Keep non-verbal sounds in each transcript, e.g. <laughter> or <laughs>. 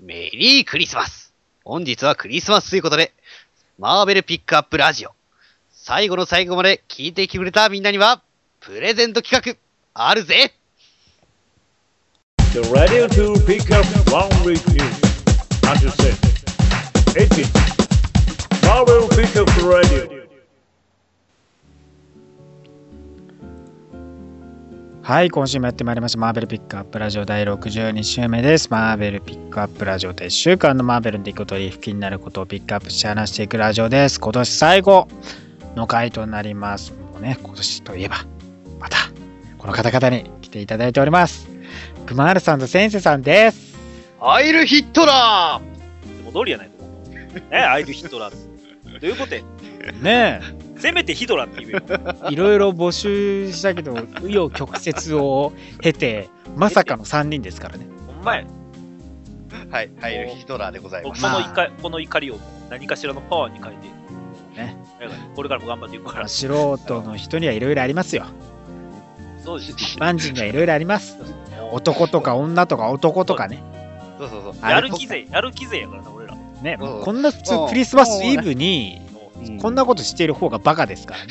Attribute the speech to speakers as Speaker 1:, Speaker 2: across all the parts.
Speaker 1: メリークリスマス本日はクリスマスということで、マーベルピックアップラジオ。最後の最後まで聞いてきてくれたみんなには、プレゼント企画、あるぜ
Speaker 2: The radio to pick up one week news. Until six. Eighteen. Marvel pick up the radio.
Speaker 3: はい、今週もやってまいりました。マーベルピックアップラジオ第62週目です。マーベルピックアップラジオと1週間のマーベルの出来事や気になることをピックアップして話していくラジオです。今年最後の回となります。もうね、今年といえば、また、この方々に来ていただいております。クマールさんとセンセさんです。
Speaker 1: アイルヒットラー
Speaker 4: いつも通りやないと思う。ね、アイルヒトラーって。どういうことや
Speaker 3: ね
Speaker 4: せめてヒトラーって言えよ。
Speaker 3: え、いろいろ募集したけど、紆余曲折を経て、まさかの3人ですからね。
Speaker 4: ほんまや。
Speaker 1: はい、アイルヒットラーでござい
Speaker 4: も
Speaker 1: ま
Speaker 4: うこ
Speaker 1: す。
Speaker 3: まあ
Speaker 4: の怒りこの怒りを何かしらのパワーに変えて。
Speaker 3: ね
Speaker 4: だからこれからも頑張っていくから。
Speaker 3: 素人の人にはいろいろありますよ。
Speaker 4: そうです。
Speaker 3: 一般人にはいろいろあります。男とか女とか男とかね。
Speaker 1: そうそうそう。
Speaker 4: やる気勢、やる気勢やからな、俺ら。
Speaker 3: ね、
Speaker 1: うん
Speaker 3: こんな普
Speaker 1: うん
Speaker 3: 通クリスマスイブに
Speaker 1: うん
Speaker 3: こんなことしている方がバカですからね。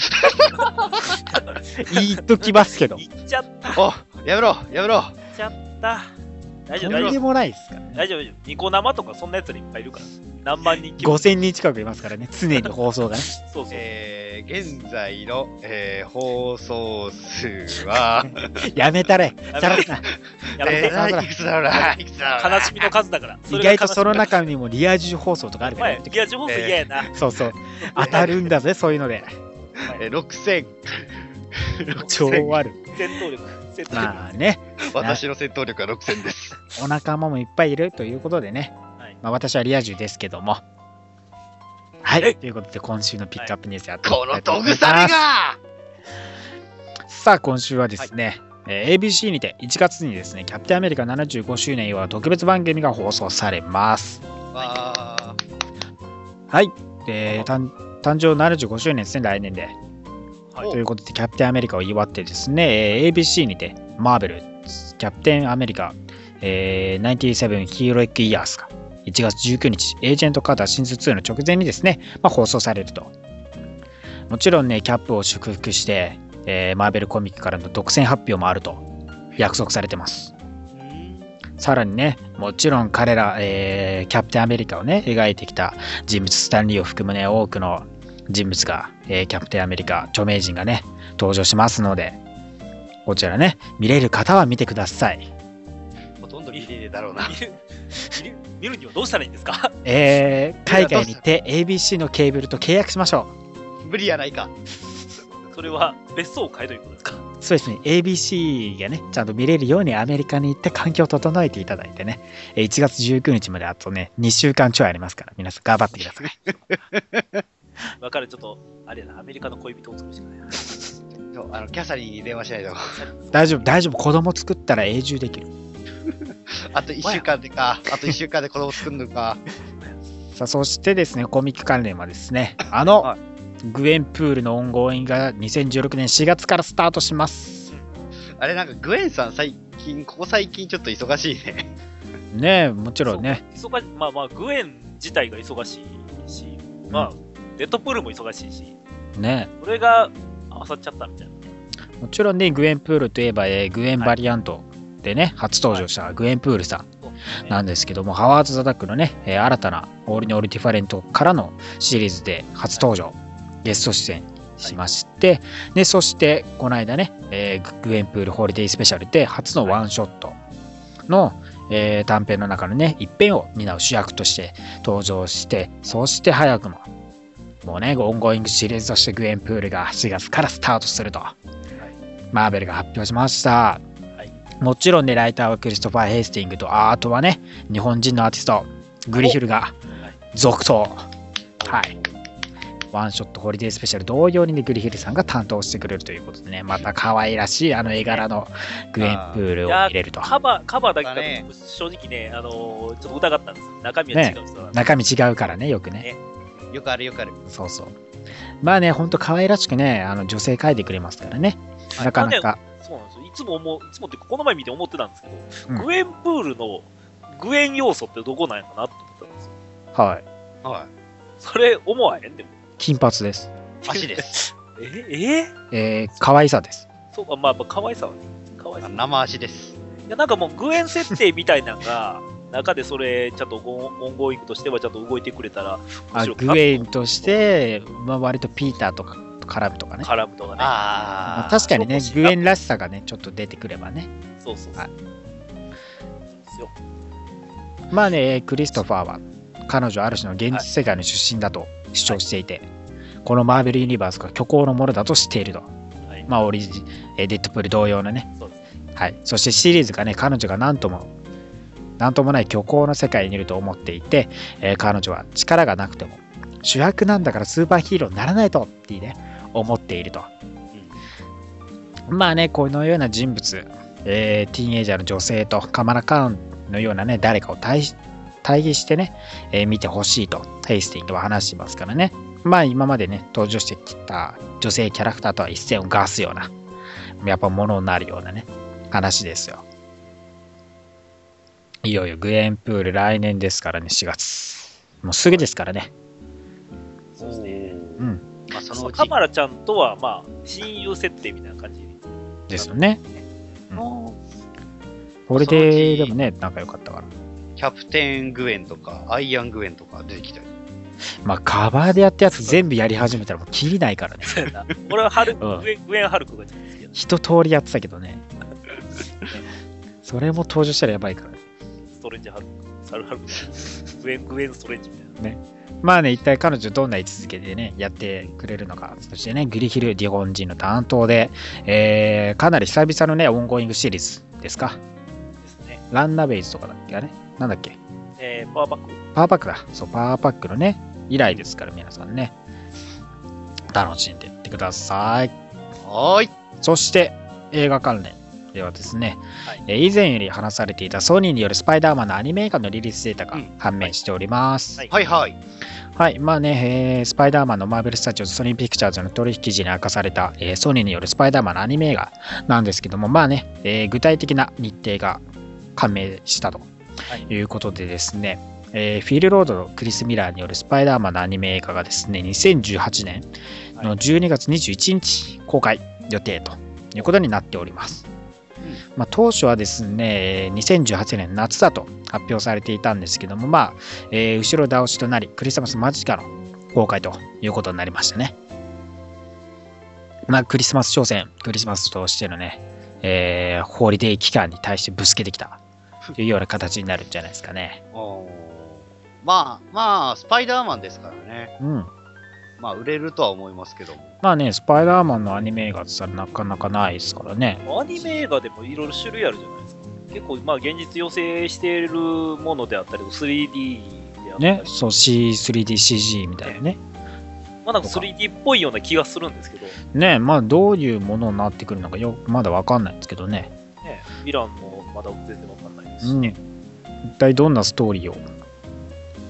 Speaker 3: 言っときますけど。
Speaker 4: 行っちゃった、行
Speaker 1: お、やめろ、やめろ。
Speaker 4: っちゃった。大丈
Speaker 3: と
Speaker 4: 夫、
Speaker 3: ん
Speaker 4: 大
Speaker 3: で
Speaker 4: 丈夫。
Speaker 3: もないですからね。
Speaker 4: 大丈夫、大丈夫。ニコ生とかそんなやつらいっぱいいるから。何万人規模。
Speaker 3: 5000人近くいますからね、常に放送がね。
Speaker 4: そうそう。
Speaker 1: えー、現在の、えー、放送数 <laughs> は、
Speaker 3: やめたれ、さらさん
Speaker 4: やめ
Speaker 1: え
Speaker 4: て
Speaker 1: ー、ないくつだろうな、いくつだろうな。
Speaker 4: 悲しみの数だから。
Speaker 3: <laughs> 意外とその
Speaker 4: 中。
Speaker 3: 中にもリア充放送とかあるからね
Speaker 4: いや、情報数嫌やな。
Speaker 3: そうそう、当たるんだぜ、そういうので。
Speaker 1: えー、6000。
Speaker 3: 超
Speaker 1: 6000
Speaker 3: 悪い。
Speaker 4: 戦闘力。戦闘力。
Speaker 3: まあね、
Speaker 1: 私の戦闘力は6000です。
Speaker 3: お仲間もいっぱいいるということでね、
Speaker 4: はい
Speaker 3: まあ、私はリア充ですけども。は
Speaker 4: はい
Speaker 3: い、ということで今週のピックアップニュースやってい
Speaker 1: こ
Speaker 3: きた
Speaker 1: の
Speaker 3: いと
Speaker 1: ド
Speaker 3: 思
Speaker 1: グ
Speaker 3: い
Speaker 1: サ
Speaker 3: ま
Speaker 1: メ
Speaker 3: す。
Speaker 1: が
Speaker 3: さあ今週はですね、えー ABC にて1月にですね、キャプテンアメリカ75周年祝う特別番組が放送されます。
Speaker 1: あ
Speaker 3: はい、で誕誕生75周年ですね、来年で。
Speaker 1: ー
Speaker 3: ということで、キャプテンアメリカを祝ってですね、えー ABC にて、マーベル、キャプテンアメリカ、えー、97ヒーロイックイヤーズが、1月19日、エージェントカーター新卒2の直前にですね、まあ、放送されると。もちろんね、キャップを祝福して、えーマーベルコミックからの独占発表もあると約束されてます。さらにね、もちろん彼ら、えーキャプテンアメリカをね、描いてきた人物、スタンリーを含むね、多くの人物が、えーキャプテンアメリカ、著名人がね、登場しますので、こちらね、見れる方は見てください。
Speaker 1: ほとんど見れねえだろうな。
Speaker 4: 見る見る見るにはどうしたらいいんですか <laughs>
Speaker 3: えー海外に行って ABC のケーブルと契約しましょ
Speaker 1: 無理やないか。
Speaker 4: それは別荘を買えということですか
Speaker 3: う。そうですね、ABC がね、ちゃんと見れるようにアメリカに行って環境を整えていただいてね、えー1月19日まであとね、2週間ちょいありますから、皆さん頑張ってください。
Speaker 4: わかるちょっと、あれやな、アメリカの恋人を作るしかないな。
Speaker 1: そうあのキャサリンに電話しないと。 <laughs>
Speaker 3: 大丈夫、大丈夫、子供作ったら永住できる。
Speaker 1: あと1週間でか。あと1週間で子供作るのか。 <laughs>
Speaker 3: さあそしてですねコミック関連はですねあの、
Speaker 1: はい
Speaker 3: グエンプールのオンゴーインが2016年4月からスタートします
Speaker 1: あれなんかグエンさん最近、ここ最近ちょっと忙しいね。
Speaker 3: ねえもちろんね
Speaker 4: 忙しまあまあ、グエン自体が忙しいし、まあ、デッドプールも忙しいし、
Speaker 3: ね
Speaker 4: これが合わさっちゃったみたいな。
Speaker 3: えもちろんねグエンプールといえば、えーグエンバリアントでね、初登場したグエンプールさん
Speaker 4: そう
Speaker 3: なんですけども、ハワード・ザ・ダックのね、えー新たなオールニオール・ディファレントからのシリーズで初登場、ゲスト出演しまして、でそしてこの間ね、えーググエンプール・ホーリデー・スペシャルで初のワンショットの、えー短編の中のね、一編を担う主役として登場して、そして早くも、もうね、オンゴイングシリーズとしてグエンプールが4月からスタートすると、マーベルが発表しました。もちろんね、ライターはクリストファー・ヘイスティングと、アートはね、日本人のアーティスト、グリヒルが続投。はい。ワンショットホリデースペシャル同様にね、グリヒルさんが担当してくれるということでね、また可愛らしいあの絵柄のグエンプールを入れると。
Speaker 4: カバー、カバーだけだと、
Speaker 1: だね
Speaker 4: 正直ね、あのーちょっと疑ったんですよ。中身は違う人なんで
Speaker 3: 中身違うからね、よくね。
Speaker 1: <laughs> よくあるよくある。
Speaker 3: そうそう。まあね、ほんと可愛らしくね、あの女性描いてくれますからね。なかなか。
Speaker 4: そうなんですよ。いつも思う、いつもって、この前見て思ってたんですけど、
Speaker 3: うん
Speaker 4: グエンプールのグエン要素ってどこなんやろなって思ったんですよ。
Speaker 3: はい。
Speaker 1: は
Speaker 4: それ思わへんでも。
Speaker 3: 金髪です。
Speaker 1: い。 <laughs> 足です。
Speaker 4: ええ
Speaker 3: えー、可愛さです。
Speaker 4: そうか、まあ、まあ、可愛さはね。可愛さ。
Speaker 1: 生足です。
Speaker 4: いや、なんかもう、偶然設定みたいなのが、 <laughs> 中でそれ、ちゃんとゴンオンゴーイングとしてはちゃんと動いてくれたら、
Speaker 3: あグエンとし、て、まあ、割とピーターとかと絡むとかね。
Speaker 4: 絡むとかね。
Speaker 1: あ
Speaker 3: まあ
Speaker 1: あ。
Speaker 3: 確かにね
Speaker 4: そう、か
Speaker 3: グエンらしさがね、ちょっと出てくればね。
Speaker 4: そうそうそう。
Speaker 3: はい
Speaker 4: ですよ
Speaker 3: まあね、クリストファーは彼女ある種の現実世界の出身だと主張していて、このマーベル・ユニバースが虚構のものだとしていると。
Speaker 4: はい。
Speaker 3: まあ、オリジえーデッドプール同様のね
Speaker 4: そうで。
Speaker 3: はい。そしてシリーズがね、彼女が何とも、何ともない虚構の世界にいると思っていて、えー彼女は力がなくても、主役なんだからスーパーヒーローにならないとってね、思っていると。まあね、このような人物、えーティーンエイジャーの女性とカマラ・カーンのようなね、誰かを対し対比してね、えー見てほしいと、ヘイスティングは話してますからね。まあ今までね、登場してきた女性キャラクターとは一線を画すような、やっぱものになるようなね、話ですよ。いよいよグエンプール来年ですからね、4月。もうすぐですからね。
Speaker 4: そうですね。
Speaker 3: うん。
Speaker 1: まあ、その
Speaker 4: そうう
Speaker 1: ち。
Speaker 4: カマラちゃんとは、まあ、親友設定みたいな感じ。
Speaker 3: ですよね。
Speaker 1: の
Speaker 3: これで、でもね、仲良かったから。
Speaker 1: キャプテングエンとか、アイアングエンとか出てきたり。
Speaker 3: まあカバーでやったやつ全部やり始めたらもう切りないからね。
Speaker 4: 俺はハルク、
Speaker 3: うん
Speaker 4: グエングエンハルクがちゃんですけど、
Speaker 3: 一通りやってたけど <laughs> ね。それも登場したらやばいからね。
Speaker 4: ストレンジハルク、サルハルク、グエン、グエンストレンジみたいな。
Speaker 3: まあね、一体彼女どんな位置づけでね、やってくれるのか。そしてね、グリヒル・ディゴン人の担当で、えー、かなり久々のね、オンゴイングシリーズですか。
Speaker 4: ですね。
Speaker 3: ランナベイズとかだっけあれなんだっけ
Speaker 4: えー、パワーバック。
Speaker 3: パワーパックだ。そう、パワーパックのね、以来ですから皆さんね。楽しんでいってください。
Speaker 1: はーい。
Speaker 3: そして映画関連ではですね、
Speaker 4: はい
Speaker 3: えー以前より話されていたソニーによるスパイダーマンのアニメ映画のリリースデータ
Speaker 1: う
Speaker 3: が
Speaker 1: ん
Speaker 3: 判明しております。
Speaker 4: はい
Speaker 1: はいはい。
Speaker 3: はい、まあね、えースパイダーマンのマーベル・スタジオズ・ソニー・ピクチャーズの取引時に明かされた、えーソニーによるスパイダーマンのアニメ映画なんですけども、まあね、えー具体的な日程が判明したと
Speaker 4: はい
Speaker 3: いうことでですね、えーフィル・ロードのクリス・ミラーによるスパイダーマンのアニメ映画がですね、2018年の12月21日公開予定ということになっております。まあ、当初はですね、えー2018年夏だと発表されていたんですけども、まあ、えー後ろ倒しとなり、クリスマス間近の公開ということになりましたね。まあ、クリスマス商戦、クリスマスとしてのね、えーホーリデー期間に対してぶつけてきたというような形になるんじゃないですかね。
Speaker 1: おーまあ、まあ、スパイダーマンですからね。
Speaker 3: うん。
Speaker 1: まあ、売れるとは思いますけども。
Speaker 3: まあね、スパイダーマンのアニメ映画ってさ、なかなかないですからね。
Speaker 4: アニメ映画でもいろいろ種類あるじゃないですか。結構、まあ、現実寄せしているものであったり、3D であったり、
Speaker 3: ね、そう、C、3DCG みたいなね。
Speaker 4: まあ、なんか 3D っぽいような気がするんですけど、ね、
Speaker 3: ね、まあ、どういうものになってくるのかよ、まだわかんないんですけどね。
Speaker 4: ヴィランもまだ全然わかんないですし、
Speaker 3: うん、
Speaker 4: ね
Speaker 3: 一体どんなストーリーを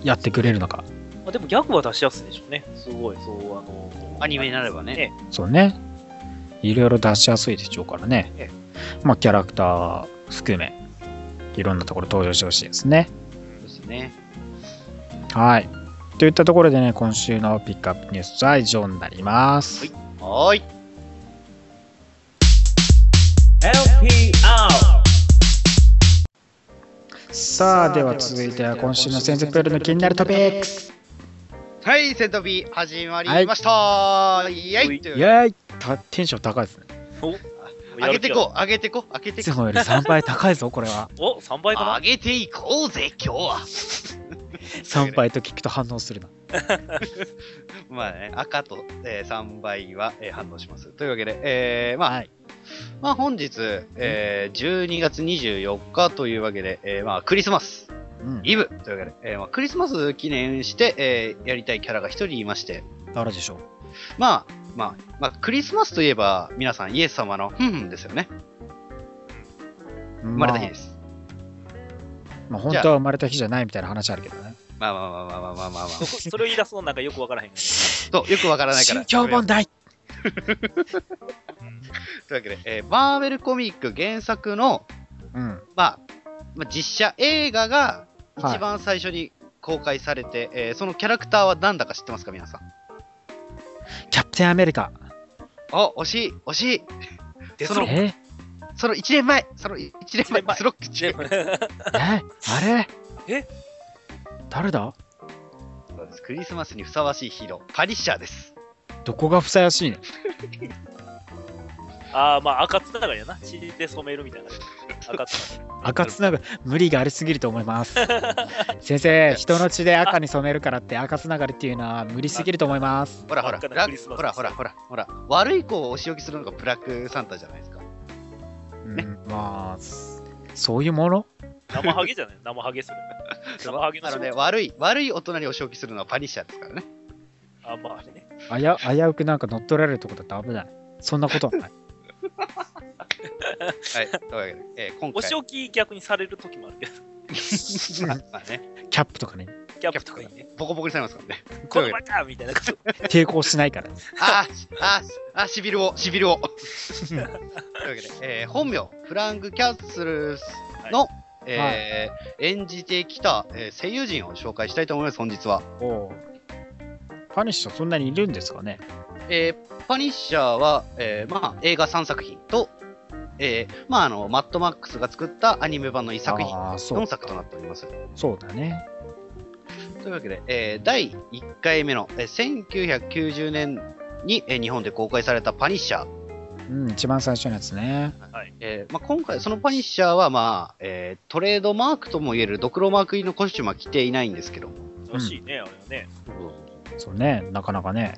Speaker 3: やってくれるのか。
Speaker 4: まあ、でもギャグは出しやすいでしょうね。すごい、そう、あの、
Speaker 1: アニメになればね
Speaker 3: そうね。いろいろ出しやすいでしょうからね
Speaker 4: ええ。
Speaker 3: まあ、キャラクター含め、いろんなところ登場してほしいですね。
Speaker 1: そうですね。
Speaker 3: はい。といったところでね、今週のピックアップニュースは以上になります。
Speaker 1: はーい。
Speaker 2: LPR
Speaker 3: さあ、では続いては今週の先生プールの気になるトピックス。
Speaker 1: はい、セントビー始まりました、イェイと
Speaker 3: イ
Speaker 1: いう
Speaker 3: ェーイたテンション高いですね。
Speaker 1: 上げてこう、上げてこう、上げて
Speaker 3: い
Speaker 1: こ
Speaker 3: つ
Speaker 1: う。
Speaker 3: もより3倍高いぞ、これは。
Speaker 4: う。お、3倍か
Speaker 1: 上
Speaker 4: な
Speaker 1: げていこうぜ、今日
Speaker 3: <laughs>
Speaker 1: は。
Speaker 3: 3倍と聞くと反応するな。
Speaker 1: <laughs> まあね、赤と、え3倍は、えー反応します。というわけで、えーまあ、
Speaker 3: はい
Speaker 1: まあ本日、えー12月24日というわけで、えーまあクリスマス
Speaker 3: うん。
Speaker 1: イブというわけで、えーまあ、クリスマス記念して、えーやりたいキャラが一人いまして、
Speaker 3: あるでしょう。
Speaker 1: まあ、まあ、まあ、クリスマスといえば、皆さんイエス様の、ふんふんですよね。生まれた日です。
Speaker 3: まあ、本当は生まれた日じゃないみたいな話あるけどね。
Speaker 1: まあまあまあまあまあまあまあま
Speaker 4: そこそれを言い出すのなんかよくわからへんけど。
Speaker 1: あ。と、よくわからないから。
Speaker 3: 心境問題
Speaker 1: というわけで、えーマーベルコミック原作の、
Speaker 3: うん。
Speaker 1: まあ、まあ、実写映画が
Speaker 3: はい
Speaker 1: 一番最初に公開されて、えーそのキャラクターは何だか知ってますか、皆さん。
Speaker 3: キャプテンアメリカ。
Speaker 1: あ、惜しい、惜しい。
Speaker 4: デ
Speaker 1: そ
Speaker 4: ス
Speaker 1: の
Speaker 4: ロッ
Speaker 3: え
Speaker 1: その1年前、その1年前、
Speaker 4: 一年前
Speaker 1: スロックチ
Speaker 4: クね
Speaker 3: えあれ
Speaker 4: え
Speaker 3: 誰だ
Speaker 1: そうですクリスマスにふさわしいヒーロー、パリッシャーです。
Speaker 3: どこがふさやしいね
Speaker 4: <laughs> ああ、まあ、赤つながりやな。血で染めるみたいな。赤つ
Speaker 3: 赤つながり無理がありすぎると思います先生人の血で赤に染めるからって赤つながりっていうのは無理すぎると思います
Speaker 1: ほらほら、
Speaker 4: 真っ
Speaker 1: ブ
Speaker 4: 赤な
Speaker 1: ラ
Speaker 4: クリスマス
Speaker 1: ほらほらほらほら、悪い子をお仕置きするのがブラックサンタじゃないですか。
Speaker 3: うんまあそそういうもの
Speaker 4: ながり。生ハゲじゃない生ハゲ
Speaker 1: <laughs>
Speaker 4: する。生ハゲの
Speaker 1: な
Speaker 4: 仕
Speaker 1: ので、
Speaker 4: 事
Speaker 1: 悪い、悪い大人にお仕置きするのはパリッシャーですからね。
Speaker 4: あ、まああれね。
Speaker 3: 危う危うくなんか乗っ取られるとこだって危ないそんなことはない
Speaker 1: はい、というわけで、えー今
Speaker 4: お仕
Speaker 1: 回、
Speaker 4: 置き逆にされる時もあるけど、
Speaker 1: <laughs> まあまあね、
Speaker 3: キャップとかね
Speaker 4: キャップとかにね、
Speaker 1: ボコボコにされますからね。
Speaker 4: このバカみたいなこと。
Speaker 3: 抵抗しないから
Speaker 1: あーあーあーしびるをしび
Speaker 3: <laughs>
Speaker 1: るをというわけで、えー本名フランク・キャッスルの、えー演じてきた、えー声優陣を紹介したいと思います本日は、
Speaker 3: おパニッシュそんなにいるんですかね
Speaker 1: えーパニッシャーは、えーまあ、映画3作品と、えーまあ、あのマッドマックスが作ったアニメ版の1作品
Speaker 3: ああそう
Speaker 1: 4作となっております
Speaker 3: そうだね
Speaker 1: というわけで、えー第1回目の、えー1990年に、えー日本で公開されたパニッシャー
Speaker 3: うん一番最初のやつね
Speaker 1: えーまあ、今回、そのパニッシャーは、まあえートレードマークともいえるドクロマーク入りのコスチュームは着ていないんですけど、
Speaker 4: 欲しいね、あれはね。
Speaker 3: そうねなかなかね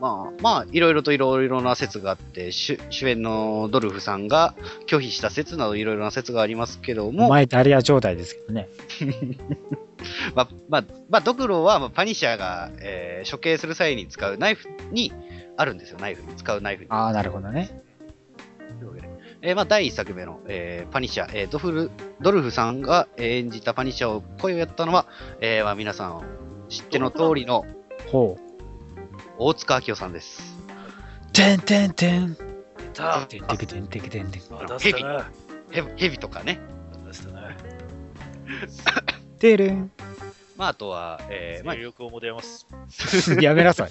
Speaker 1: まあ、まあ、いろいろといろいろな説があって主、主演のドルフさんが拒否した説などいろいろな説がありますけど
Speaker 3: お
Speaker 1: も、ま
Speaker 3: 前ダリア状態ですけどね
Speaker 1: あまあまあ、ドクロは、まあ、パニッシャーが、えー処刑する際に使うナイフにあるんですよ、ナイフに使うナイフに。
Speaker 3: ああなるほどね
Speaker 1: というわけでえーまあ、第1作目の、えーパニッシャー、えードフルドルフさんがえー演じたパニッシャーを声をやったのは、えーまあ、皆さん知っての通りの
Speaker 3: ほう
Speaker 1: 大塚明夫さんです。
Speaker 3: てんてんてん。
Speaker 4: た
Speaker 3: てんてくてんてくてんてん。
Speaker 4: あ、出したな。
Speaker 1: ヘヘビとかね、
Speaker 4: 出したな。
Speaker 3: てるん。
Speaker 1: まあ、あとは、えーまあ
Speaker 4: 魅、力を持てます。
Speaker 3: やめな <laughs> さい。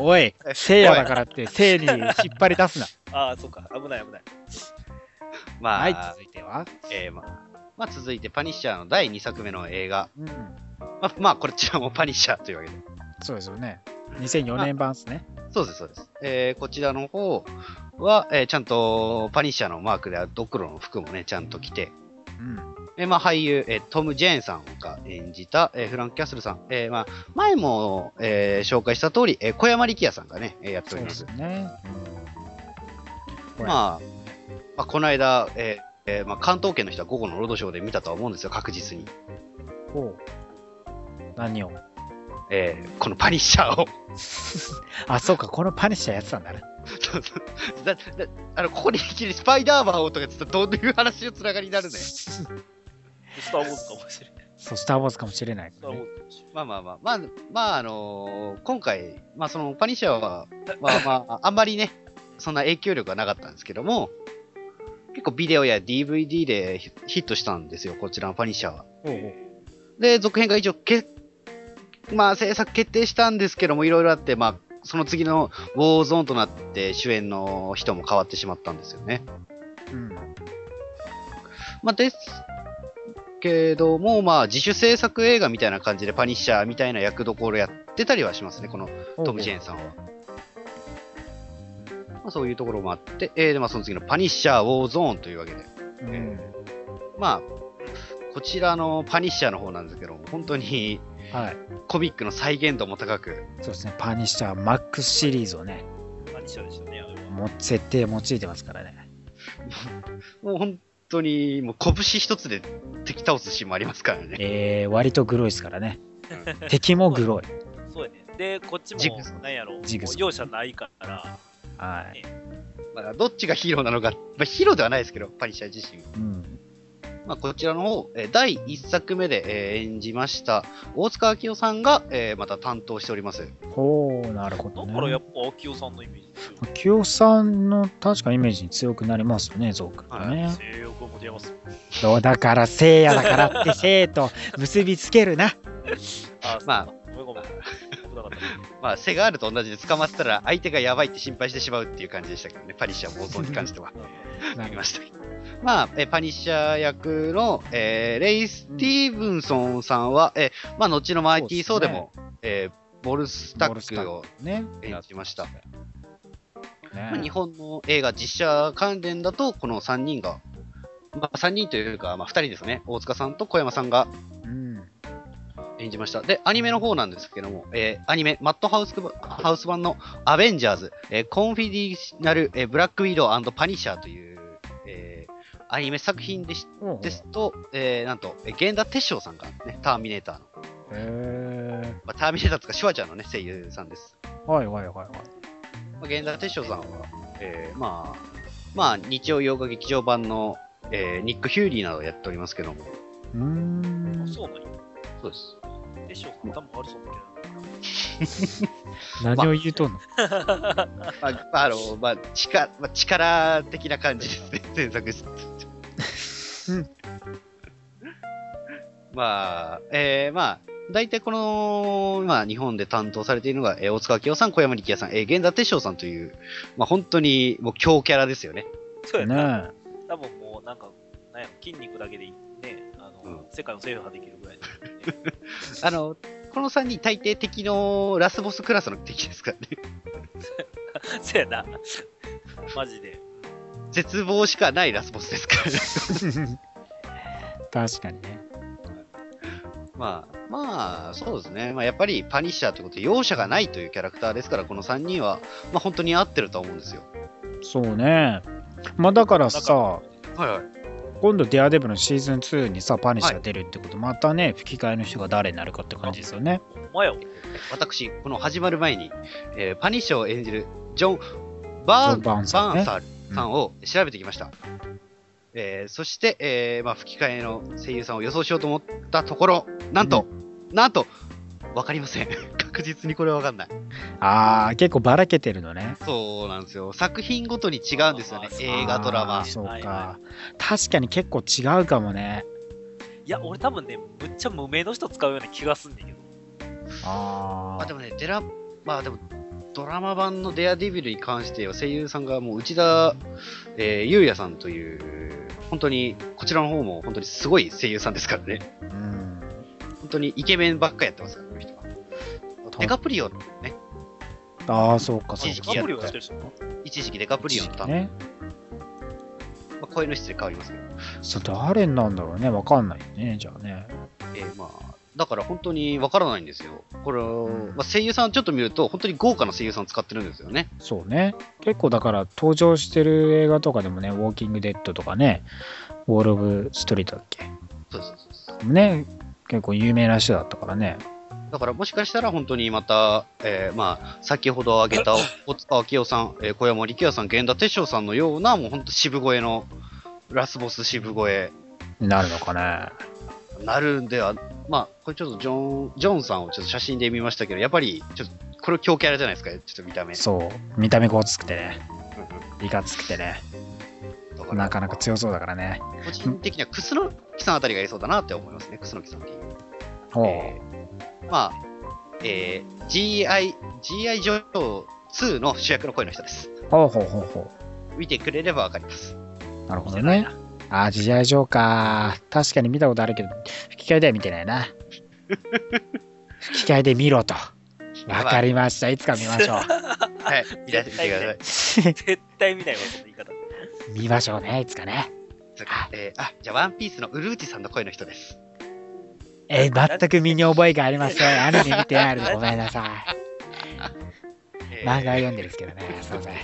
Speaker 3: おい、せいやだからって、せいに引っ張り出すな。
Speaker 4: ああ、そうか。危ない危ない。
Speaker 1: まあ
Speaker 3: <laughs> はい、続いては。
Speaker 1: えーまあまあ、続いてパニッシャーの第2作目の映画、
Speaker 3: うん、
Speaker 1: まあ、まあ、こちらもパニッシャーというわけで、
Speaker 3: そうですよね。2004年版ですね。
Speaker 1: そうです、そうです。えーこちらの方は、えーちゃんとパニッシャーのマークであるドクロの服もね、ちゃんと着て、
Speaker 3: うん。
Speaker 1: えーまあ、俳優、えートム・ジェーンさんが演じた、えーフランク・キャッスルさん、えーまあ、前も、えー紹介した通り、えー小山力也さんがね、えーやってお
Speaker 3: そ
Speaker 1: り
Speaker 3: うで
Speaker 1: ますす。
Speaker 3: よね。うん
Speaker 1: まあ、まあ、この間、えーえーまあ、関東圏の人は午後のロードショーで見たとは思うんですよ、確実に。
Speaker 3: ほう。何を。
Speaker 1: えーこのパニッシャーを。 <laughs>
Speaker 3: あ、そうか、このパニッシャーやってたんだな。
Speaker 1: そうそうだだあのここに生きるスパイダーマンをとかちょっとどういう話のつながりになるね。
Speaker 4: スター・ウォーズかもしれない。
Speaker 3: そう、スター・ウォーズかもしれない、ね
Speaker 4: スター・ウォーズかもしれない。
Speaker 1: まあまあまあ、まあ、まあ、あのー今回、まあ、そのパニッシャーは、まあまあ、あんまりね、そんな影響力はなかったんですけども、結構ビデオや DVD でヒヒットしたんですよ、こちらのパニッシャーは。
Speaker 3: ほうほう
Speaker 1: で、続編が一応け、まあ、制作決定したんですけども、いろいろあって、まあ、その次のウォーゾーンとなって主演の人も変わってしまったんですよね。
Speaker 3: うん。
Speaker 1: まあ、ですけども、まあ、自主制作映画みたいな感じでパニッシャーみたいな役どころやってたりはしますね、このトム・ジェーンさんは。まあ、そういうところもあって、えーでまあ、その次のパニッシャー・ウォーゾーンというわけで、
Speaker 3: うん。
Speaker 1: まあ、こちらのパニッシャーの方なんですけども、本当に
Speaker 3: はい。
Speaker 1: コミックの再現度も高く、
Speaker 3: そうですね、パニッシャーマックスシリーズをね、
Speaker 4: 何しろでしたね、あれは。
Speaker 3: も設定用いてますからね。
Speaker 1: もう <laughs> 本当にもう拳一つで敵倒すシーンもありますからね。
Speaker 3: えー、割とグロいですからね。敵もグロい。
Speaker 4: そうやね。で、こっちも
Speaker 1: ジグソ、
Speaker 4: なんやろ、もう
Speaker 3: ジグソ
Speaker 4: 容赦ないから、
Speaker 3: はい。
Speaker 1: まあ、どっちがヒーローなのか、まあ、ヒーローではないですけど、パニッシャー自身。
Speaker 3: うん。
Speaker 1: まあ、こちらの方、えー第1作目で、えー演じました大塚明夫さんが、えーまた担当しております。
Speaker 3: ほう、なるほど、
Speaker 4: だ
Speaker 3: ね。
Speaker 4: からやっぱ、秋代さんのイメージ強い。
Speaker 3: 清さんの確かイメージに強くなりますよね、ゾウ君ね。
Speaker 4: 性欲僕も持ち上げます。
Speaker 3: どうだから、聖夜だからって聖と結びつけるな。
Speaker 4: あ
Speaker 1: まあ
Speaker 4: そうかごめんごめん。危なかった。
Speaker 1: <laughs> まあ、セガールと同じで捕まったら相手がやばいって心配してしまうっていう感じでしたけどね、パニッシャー暴走に関しては。ありましたけど。まあ、えパニッシャー役の、えーレイ・スティーブンソンさんは、えまあ、後のマイティー・ソーでも、えーボルスタックを
Speaker 3: ね。
Speaker 1: 演じました。まあ、日
Speaker 3: ね
Speaker 1: 本の映画実写関連だと、この3人が、まあ、3人というか、まあ、2人ですね。大塚さんと小山さんが
Speaker 3: うん。
Speaker 1: 演じました。で、アニメの方なんですけども、えーアニメ、マットハウスくばハウス版のアベンジャーズ、えーコンフィディナル、えーブラックウィドウパニッシャーという、えーアニメ作品でし
Speaker 3: おう
Speaker 1: ですと、えーなんと、えー源田鉄章さんがね、ターミネーターの、
Speaker 3: へえ。
Speaker 1: まあ、ターミネーターとかシュワちゃんのね、声優さんです。
Speaker 3: はいはいはいはい。
Speaker 1: まあ、源田鉄章さんは、えーまあ、まあ、日曜洋画劇場版の、えーニック・ヒューリーなどをやっておりますけども、
Speaker 3: うーん
Speaker 4: あそうなの
Speaker 1: そうです。
Speaker 4: テッショウさん頭悪そうだ
Speaker 3: 何を言うとんの、
Speaker 1: まあ、まああの、まあ、力、まあ、力的な感じですね、前作です。まあ、えー、まあ、大体この、まあ、日本で担当されているのが、えー大塚明夫さん、小山力也さん、えー、源田鉄章さんという、まあ、本当に、もう、強キャラですよね。
Speaker 4: けど。そうやな。
Speaker 3: ね
Speaker 4: 多分もう、なんか、なんやろ筋肉だけでいいね。あの、世界を制覇でき <laughs> るぐらいの、ね。
Speaker 1: あの、この3人、大抵敵のラスボスクラスの敵ですからね。
Speaker 4: そうやな。マジで。
Speaker 1: 絶望しかないラスボスですからね。
Speaker 3: え。確かにね。
Speaker 1: まあ、まあ、そうですね。まあ、やっぱりパニッシャーということで、容赦がないというキャラクターですから、この3人は、まあ、本当に合ってるとは思うんですよ。
Speaker 3: そうね。まあだからさ、
Speaker 1: はいはい。
Speaker 3: 今度デアデブルのシーズン2にさ、パニッシャー出るってこと、またね、吹き替えの人が誰になるかって感じですよね。
Speaker 4: お前やわ
Speaker 1: 私、この始まる前に、えーパニッシャーを演じるジョン・バーン
Speaker 3: ジョンバーンさんね
Speaker 1: バーンサーさんを調べてきました。えーそして、えーまあ、吹き替えの声優さんを予想しようと思ったところ、なんと、なんと、わかりません。 <laughs> 確実にこれはわかんない。
Speaker 3: ああ、結構ばらけてるのね。
Speaker 1: そうなんですよ。作品ごとに違うんですよね
Speaker 4: あ。ー
Speaker 1: 映画、ドラ
Speaker 3: あ
Speaker 1: マ
Speaker 3: ー。そう
Speaker 4: はい
Speaker 3: か
Speaker 4: は。
Speaker 3: 確かに結構違うかもね。
Speaker 4: いや、俺多分ね、むっちゃ無名の人使うような気がすんだけど。
Speaker 3: あ
Speaker 1: まあ
Speaker 3: あ
Speaker 1: で。もね、デラ、まあでも、ドラマ版のデアデビルに関しては声優さんがもう内田、えー、優也さんという、本当に、こちらの方も本当にすごい声優さんですからね。
Speaker 3: うん。
Speaker 1: 本当にイケメンばっかやってますから、この人は。デカプリオのね、
Speaker 3: ああ、そうか、そう
Speaker 1: 一時
Speaker 3: か
Speaker 1: 期や
Speaker 4: カプ
Speaker 1: って
Speaker 4: リオやってる人
Speaker 3: <laughs>
Speaker 1: 一時期デカプリオの担当、
Speaker 3: ね。
Speaker 1: まあ、声の質で変わりますけど。
Speaker 3: そう、誰になるんだろうね。わかんないよね、じゃあね。
Speaker 1: えーまあ、だから本当にわからないんですよ。これを、
Speaker 3: うん
Speaker 1: まあ、声優さんちょっと見ると、本当に豪華な声優さん使ってるんですよね。
Speaker 3: そうね。結構だから登場してる映画とかでもね、ウォーキングデッドとかね、ウォール・オブ・ストリートだっけ
Speaker 1: そうですそうです。
Speaker 3: ね、結構有名な人だったからね。
Speaker 1: だからもしかしたら本当にまた、えーまあ、先ほど挙げた
Speaker 3: <laughs>
Speaker 1: 大塚明夫さん、えー小山力也さん、源田鉄章さんのような、もう本当渋声の、ラスボス渋声
Speaker 3: なるのかね。
Speaker 1: なるんでは、まあ、これちょっとジョン、ジョンさんをちょっと写真で見ましたけど、やっぱり、ちょっと、これ強キャラじゃないですか、ちょっと見た目。
Speaker 3: そう、見た目ごつくてね、
Speaker 1: う
Speaker 3: いかつくてね、
Speaker 1: んだら
Speaker 3: なかなか強そうだからね。
Speaker 1: 個人的には、楠木さんあたりがいそうだなって思いますね、楠木さんっていう。
Speaker 3: おう
Speaker 1: えーまあ、えー GI、GI ジョー2の主役の声の人です。
Speaker 3: ほうほうほうほ
Speaker 1: 見てくれればわかります。
Speaker 3: う。なるほどね。あー、時代上か。確かに見たことあるけど、吹き替えでは見てな
Speaker 1: <laughs>
Speaker 3: いな。吹き替えで見ろと。わかりました。いつか見ましょう。
Speaker 1: <laughs> はい、見らせてください。
Speaker 4: 絶対見ないわ、その言い方。
Speaker 3: 見ましょうね、いつかね。
Speaker 1: えーあ、じゃあ、ワンピースのウルーチさんの声の人です。
Speaker 3: えー全く身に覚えがあり
Speaker 1: <laughs>
Speaker 3: ません。アニメ見てないのでごめんなさ
Speaker 1: えー
Speaker 3: い。漫画を読んでるんですけどね、すいません。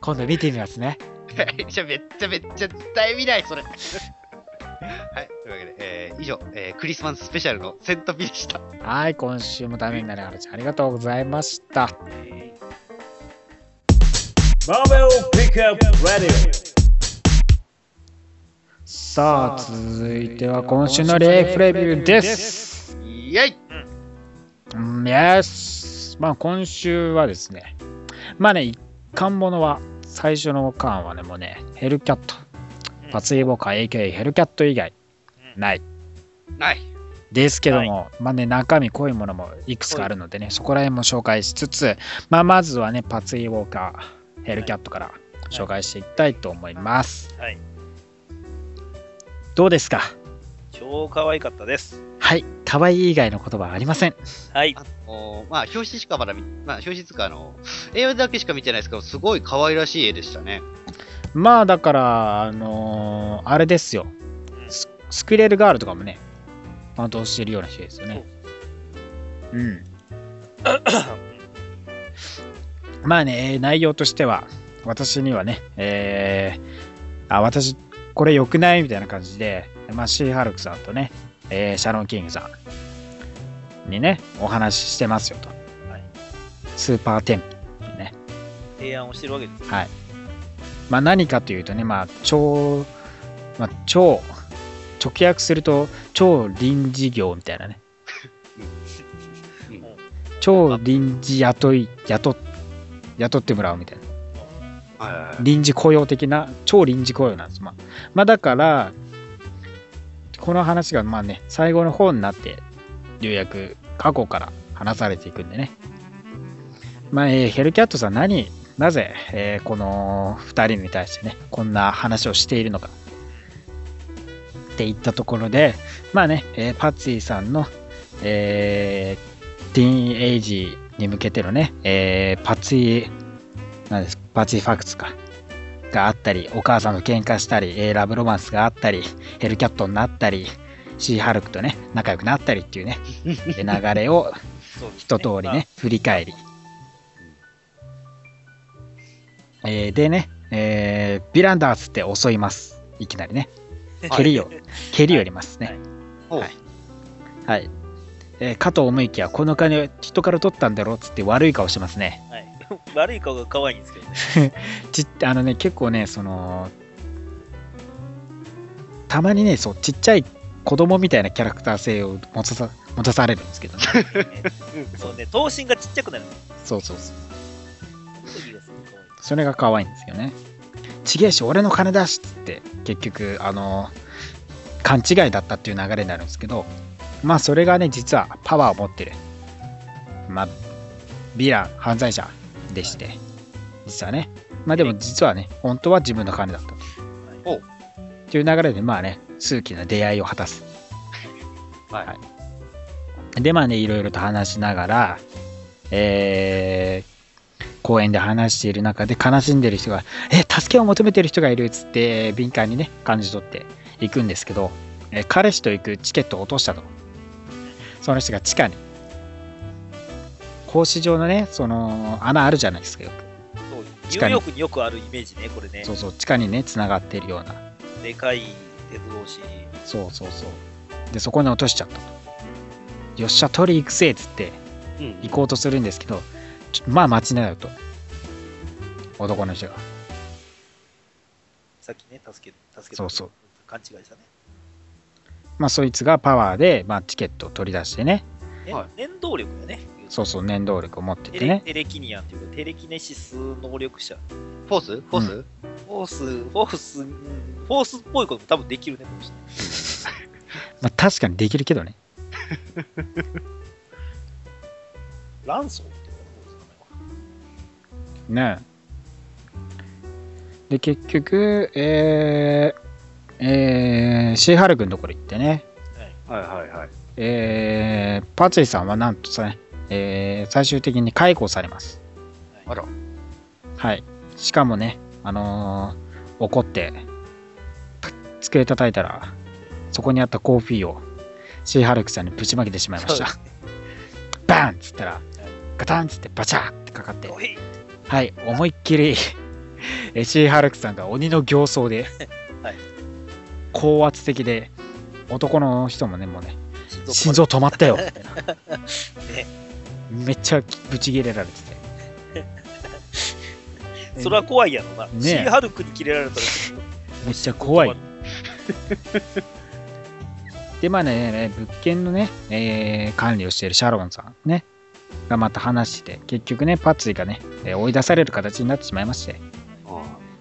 Speaker 3: 今度見てみますね。
Speaker 1: じゃあ、めっちゃめっちゃ絶対見ない、それ。はい、というわけで、えー以上、えークリスマススペシャルのセントピでした。
Speaker 3: はい、今週もダメになるあるちゃん、ありがとうございました。
Speaker 2: Marvel Pickup Radio.
Speaker 3: さあ、続いては今週のレイフレビューです。
Speaker 1: イェイ
Speaker 3: うん、yes! まあ、今週はですね、まあね、一巻ものは、最初の巻はね、もうね、ヘルキャット。
Speaker 4: うん
Speaker 3: パツイボカ AKA ヘルキャット以外
Speaker 4: うん
Speaker 3: ない
Speaker 1: ない。
Speaker 3: ですけども、まあね、中身濃いものもいくつかあるのでね、そこら辺も紹介しつつ、まあ、まずはね、パツイウォーカー、ヘルキャットから紹介していきたいと思います。
Speaker 4: はい
Speaker 3: どうですか
Speaker 4: 超可愛かったです。
Speaker 3: はい、可愛い以外の言葉はありません。
Speaker 4: はい。
Speaker 1: あのまあ、表紙しかまだ見、まあ、表紙つうか、あの、映画だけしか見てないですけど、すごい可愛らしい絵でしたね。
Speaker 3: まあ、だから、あのーあれですよ
Speaker 4: うん
Speaker 3: ス、スクレルガールとかもね、担当してるような人ですよね。うん。まあね、えー内容としては、私にはね、えーあ、私、これ良くないみたいな感じで、まあ、シーハルクさんとね、えーシャロン・キングさんにね、お話ししてますよと。
Speaker 4: い
Speaker 3: スーパーテンプにね。
Speaker 4: 提案をしてるわけです。
Speaker 3: はい。まあ、何かというとね、まあ、超、まあ、超、直訳すると、超臨時業みたいなね。
Speaker 1: うん
Speaker 3: 超臨時雇い、雇っ、雇ってもらうみたいな。
Speaker 1: はいはいはい
Speaker 3: 臨時雇用的な、超臨時雇用なんです。まあ、まあ、だから、この話が、まあね、最後の方になって、ようやく過去から話されていくんでね。まあ、えーヘルキャットさん何、なぜ、えーこの2人に対してね、こんな話をしているのか。っていったところで、まあね、えーパッツィさんの、えーティーンエイジに向けてのね、えーパツィ、なんですパツィファクツか。があったり、お母さんと喧嘩したり、えーラブロマンスがあったり、ヘルキャットになったり、シーハルクとね、仲良くなったりっていうね、えー流れを
Speaker 4: そうです
Speaker 3: 一通り <laughs> ね、。振り返り。えーでね、えー、ヴィランダースって襲います。いきなりね。蹴りを、蹴りをやりますね。
Speaker 1: おう
Speaker 3: はいはい。えーかと思いきや、この金を人から取ったんだろうっつって悪い顔してますね。
Speaker 4: まあはい。 <laughs> 悪い顔が可愛いんですけどね。
Speaker 3: <laughs> ちっあのね、結構ね、その、たまにね、そう、ちっちゃい子供みたいなキャラクター性を持たさ持たされるんですけどね。
Speaker 4: そうね、頭身がちっちゃくなる。
Speaker 3: そうそうそう。
Speaker 4: 時がすごい可愛い
Speaker 3: それが可愛いんですよね。ちげえし、俺の金だしっつって、結局、あの、勘違いだったっていう流れになるんですけど、まあ、それがね、実はパワーを持ってる。まあ、ヴィラン、犯罪者でして、実はね。まあ、でも実はね、本当は自分の金だった。
Speaker 1: おう
Speaker 3: っていう流れで、まあね、数奇な出会いを果たす。
Speaker 1: はい
Speaker 3: で、まあね、いろいろと話しながら、えー公園で話している中で悲しんでる人が、え、助けを求めてる人がいるっつって、敏感にね、感じ取っていくんですけど、えー彼氏と行くチケットを落としたと。その人が地下に。格子状のね、その穴あるじゃないですか、よく。
Speaker 4: そうニ
Speaker 3: 地
Speaker 4: ュ
Speaker 3: 下
Speaker 4: ー
Speaker 3: に
Speaker 4: ヨークによくあるイメージね、これね
Speaker 3: そ。うそう、地下にね、つながっているような。
Speaker 4: でかい鉄格子。
Speaker 3: そうそうそう。で、そこに落としちゃったと。よっしゃ、取り行くぜっつって、
Speaker 1: うん
Speaker 3: 行こうとするんですけど、ちょまあ待ちなよと。男の人が。
Speaker 4: さっきね、助け、助け
Speaker 3: そうそう。
Speaker 4: 勘違いしたね。
Speaker 3: まあそいつがパワーで、まあ、チケットを取り出してね、
Speaker 4: ね
Speaker 1: はい
Speaker 4: 念動力だね。
Speaker 3: そうそう念動力を持って
Speaker 4: テ
Speaker 3: て
Speaker 4: レ、
Speaker 3: ね、
Speaker 4: テレキニアンというか、テレキネシス能力者。
Speaker 1: フォースフォース、
Speaker 4: フォース、フォース、うんフォースっぽいことも多分できるね、この人
Speaker 3: まあ確かにできるけどね。
Speaker 4: ランソーっていうのか
Speaker 3: ねえで、結局、えー、えー、シーハル君のところ行ってね、
Speaker 1: はいはいはい。
Speaker 3: えー、パツイさんはなんとさね、えー最終的に解雇されます。
Speaker 1: あら。
Speaker 3: はい。しかもね、あのー怒って、た机叩いたら、そこにあったコーヒーを、シーハルクさんにぶちまけてしまいました。バーンっつったら、ガタンっつってバチャーってかかって
Speaker 4: な、おい
Speaker 3: はい、思いっきり、えシーハルクさんが鬼の形相で、
Speaker 4: <laughs> はい
Speaker 3: 高圧的で、男の人もね、もうね、心
Speaker 4: 心臓
Speaker 3: 臓止ま
Speaker 4: <laughs>
Speaker 3: ったよ。
Speaker 4: ね
Speaker 3: めっちゃぶち切れられてて。
Speaker 4: <laughs> それは怖いやろな。
Speaker 3: ねえ
Speaker 4: シーハルクに切れられたら、
Speaker 3: めっちゃ怖い。で、まあね、物件のね、えー管理をしているシャロンさんね、がまた話して、結局ね、パッツィがね、えー追い出される形になってしまいまして、
Speaker 1: あ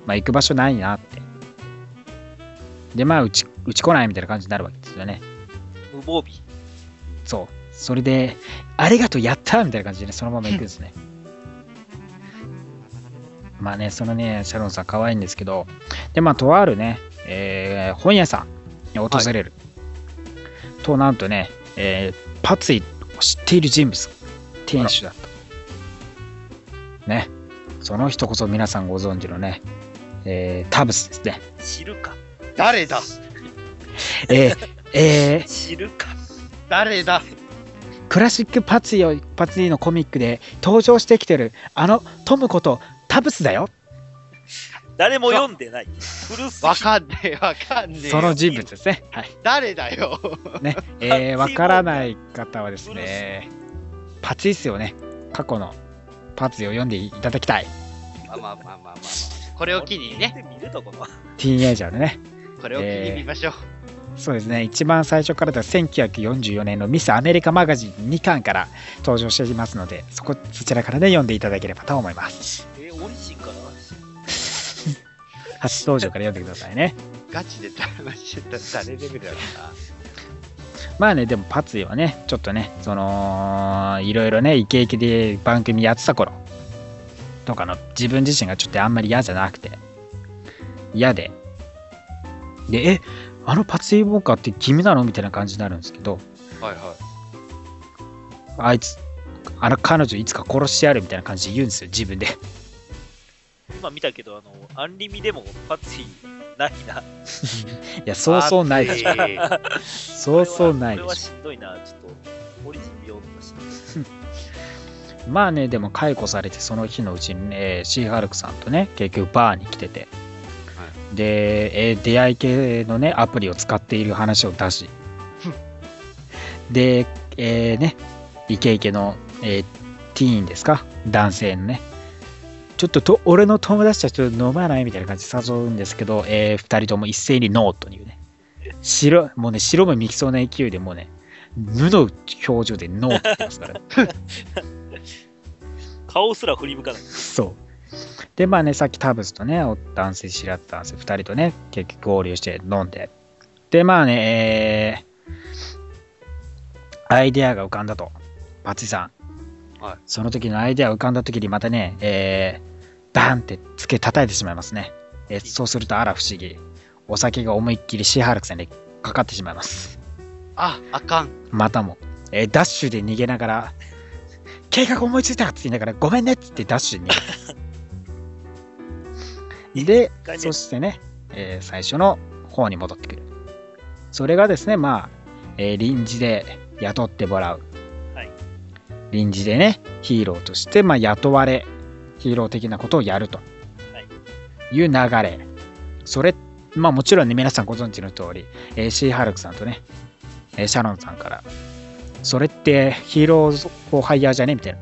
Speaker 3: まあ行く場所ないなって。で、まあ、うち、うち来ないみたいな感じになるわけですよね。
Speaker 4: 無防備。
Speaker 3: そう。それで、ありがとう、やったみたいな感じでね、そのまま行くんですね。まあね、そのね、シャロンさん、可愛いんですけど、で、まあ、とあるね、えー本屋さんに訪れる。と、なんとね、えーパツイを知っている人物、店主だった。ね、その人こそ皆さんご存知のね、えータブスですね。
Speaker 4: 知るか。
Speaker 1: 誰だ
Speaker 3: えーえー
Speaker 4: 知るか。
Speaker 1: 誰だ
Speaker 3: クラシックパツイをパツイのコミックで登場してきてるあのトムことタブスだよ
Speaker 4: 誰も読んでない。古すぎ
Speaker 1: わかんねえ、わかんねえ。
Speaker 3: その人物ですね。はい、
Speaker 1: 誰だよ。
Speaker 3: ね、えー、わからない方はですね、パツイスをね、過去のパツイを読んでいただきたい。
Speaker 1: まあまあまあまあまあ。これを機にね、。
Speaker 4: 見れたかな
Speaker 3: ティーンエイジャーでね。
Speaker 1: これを機に見ましょう。
Speaker 3: そうですね、一番最初からだと1944年のミスアメリカマガジン2巻から登場していますので、そこ、そちらからね、読んでいただければと思います。
Speaker 4: えー、オリジンかな
Speaker 3: 初登場から読んでくださいね。
Speaker 1: ガチで誰誰レベルだろうな。
Speaker 3: まあね、でもパツイはね、ちょっとね、その、いろいろね、イケイケで番組やってた頃とかの自分自身がちょっとあんまり嫌じゃなくて、嫌で、で、え、あのパツイウォーカーって君なのみたいな感じになるんですけど、
Speaker 1: はいは
Speaker 3: あいつ、あの彼女いつか殺してやるみたいな感じで言うんですよ、自分で。
Speaker 4: 今見たけど、あの、アンリミでもパツイないな。
Speaker 3: いや、そうそうないでしょ。
Speaker 1: ょ。
Speaker 3: そうそうない
Speaker 4: こ
Speaker 3: で
Speaker 4: れは
Speaker 3: し
Speaker 4: しんどいな。ちょっと、オリジン読んだし。
Speaker 3: ょ。まあね、でも解雇されて、その日のうちに、ね、シーハルクさんとね、結局バーに来てて、で、えー出会い系のね、アプリを使っている話を出し、で、えーね、イケイケの、えーティーンですか、男性のね、ちょっとと俺の友達たちと飲まないみたいな感じで誘うんですけど、え2人とも一斉にノーというね、白、もうね、白目見きそうな勢いでもうね、無の表情でノーって言ってますから、
Speaker 4: 顔すら振り向かない。
Speaker 3: そう。で、まあね、さっきタブスとね、お男性知り合った男性2人とね、結局合流して飲んで。で、まあね、えーアイデアが浮かんだと。パツイさん。
Speaker 1: はい
Speaker 3: その時のアイデアが浮かんだ時にまたね、えーバーンってつけ叩いてしまいますね。えーそうするとあら不思議。お酒が思いっきりシーハルクさんにかかってしまいます。
Speaker 1: あ、あかん。
Speaker 3: またも、えーダッシュで逃げながら、計画思いついたって言いながら、ごめんねって言ってダッシュに
Speaker 4: <laughs>
Speaker 3: 逃げ
Speaker 4: 一
Speaker 3: た。
Speaker 4: 回
Speaker 3: で、
Speaker 4: ね
Speaker 3: そしてね、えー最初の方に戻ってくる。それがですね、まあ、えー臨時で雇ってもらう。
Speaker 4: はい
Speaker 3: 臨時でね、ヒーローとして、まあ、雇われ、ヒーロー的なことをやると、い、う流れ。それ、まあもちろんね、皆さんご存知の通り、えーシーハルクさんとね、えーシャロンさんから、それってヒーローフォーハイヤーじゃねみたいな。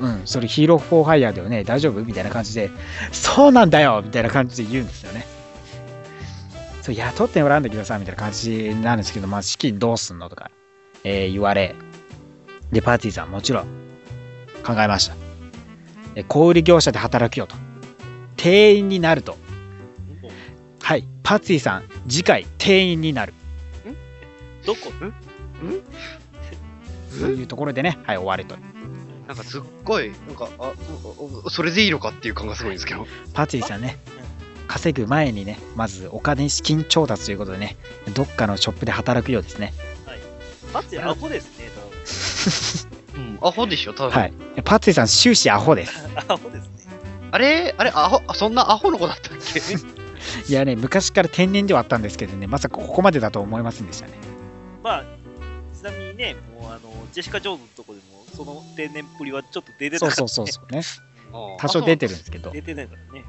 Speaker 3: うん、それヒーローフォーハイヤーだよね、大丈夫みたいな感じで、そうなんだよみたいな感じで言うんですよね。そう雇ってもらうんだけどさ、みたいな感じなんですけど、まあ、資金どうすんのとか、えー言われ、で、パーティーさんもちろん考えました。えー小売業者で働くよと。店員になると。はい、パーティーさん、次回店員になる。
Speaker 4: どこ
Speaker 3: というところでね、はい、終わると。
Speaker 1: なんかすっごい、なんか、あ、おおそれでいいのかっていう感がすごいんですけど。
Speaker 3: パーティーさんね、稼ぐ前にね、まずお金資金調達ということでね、どっかのショップで働くようですね。
Speaker 4: パツイ、アホですね。
Speaker 1: うん、アホでしょ、多分。
Speaker 3: はい。パーティーさん、終始アホです。
Speaker 4: 多分アホですね。
Speaker 1: あれあれアホ、あそんなアホの子だったっけ
Speaker 3: いやね、昔から天然ではあったんですけどね、まさかここまでだと思いませんでしたね。
Speaker 4: まあ、ちなみにね、もうあの、ジェシカ・ジョーンズのとこでも、その天然っぷりはちょっと出てた
Speaker 3: そ
Speaker 4: か
Speaker 3: う
Speaker 4: ら、
Speaker 3: そうそうそうね。
Speaker 1: あ
Speaker 3: <laughs> 多少出てるんですけど
Speaker 4: 出、てないからね。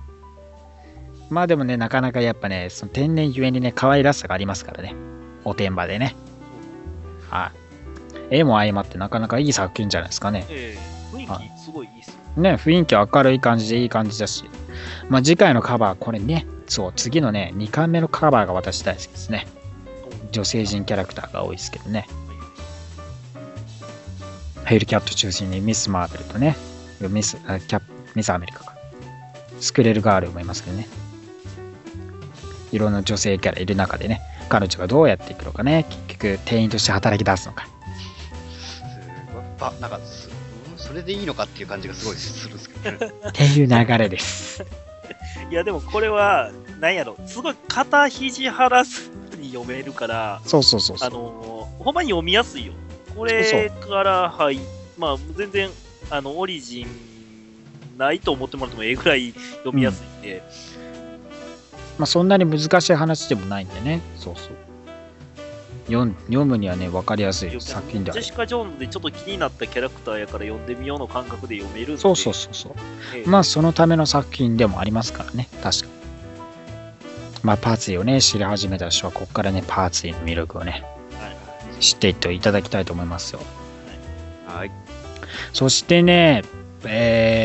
Speaker 3: まあでもね、なかなかやっぱね、その天然ゆえにね、可愛らしさがありますからね。おてんばでね。はい。絵も相まってなかなかいい作品じゃないですかね。
Speaker 4: ええ
Speaker 3: は
Speaker 4: 雰囲気すごいいいっすよ。
Speaker 3: ね、雰囲気明るい感じでいい感じだし、まあ、次回のカバー、これね、そう、次のね、2回目のカバーが私大好きですね。女性陣キャラクターが多いですけどね。ヘイルキャット中心にミス・マーベルとね、ミス、あキャミス・アメリカか。スクレルガールもいますけどね。いろんな女性キャラいる中でね、彼女がどうやっていくのかね、結局、店員として働き出すのか。
Speaker 1: ば、なんか、すうんそれでいいのかっていう感じがすごいするんですけどね。
Speaker 3: っていう流れです。
Speaker 4: いやでもこれはなんやろすごい肩肘張らずに読めるから
Speaker 3: そうそうそうそ
Speaker 4: あ
Speaker 3: う。
Speaker 4: のーほんまに読みやすいよ。これからはいまあ全然あのオリジンないと思ってもらってもええくらい読みやすいんで、
Speaker 3: まあ、そんなに難しい話でもないんでね。そうそう。読ん読むにはね、分かりやすい作品であ
Speaker 4: ジェ
Speaker 3: る。
Speaker 4: シカ・ジョーンズでちょっと気になったキャラクターやから読んでみようの感覚で読めるんで
Speaker 3: そうそうそうそう。
Speaker 4: ええ
Speaker 3: まあそのための作品でもありますからね、確かに。まあパーツイをね、知り始めた人は、ここからね、パーツイの魅力をね、
Speaker 4: はい
Speaker 3: 知っていっていただきたいと思いますよ。
Speaker 1: はい。
Speaker 3: そしてね、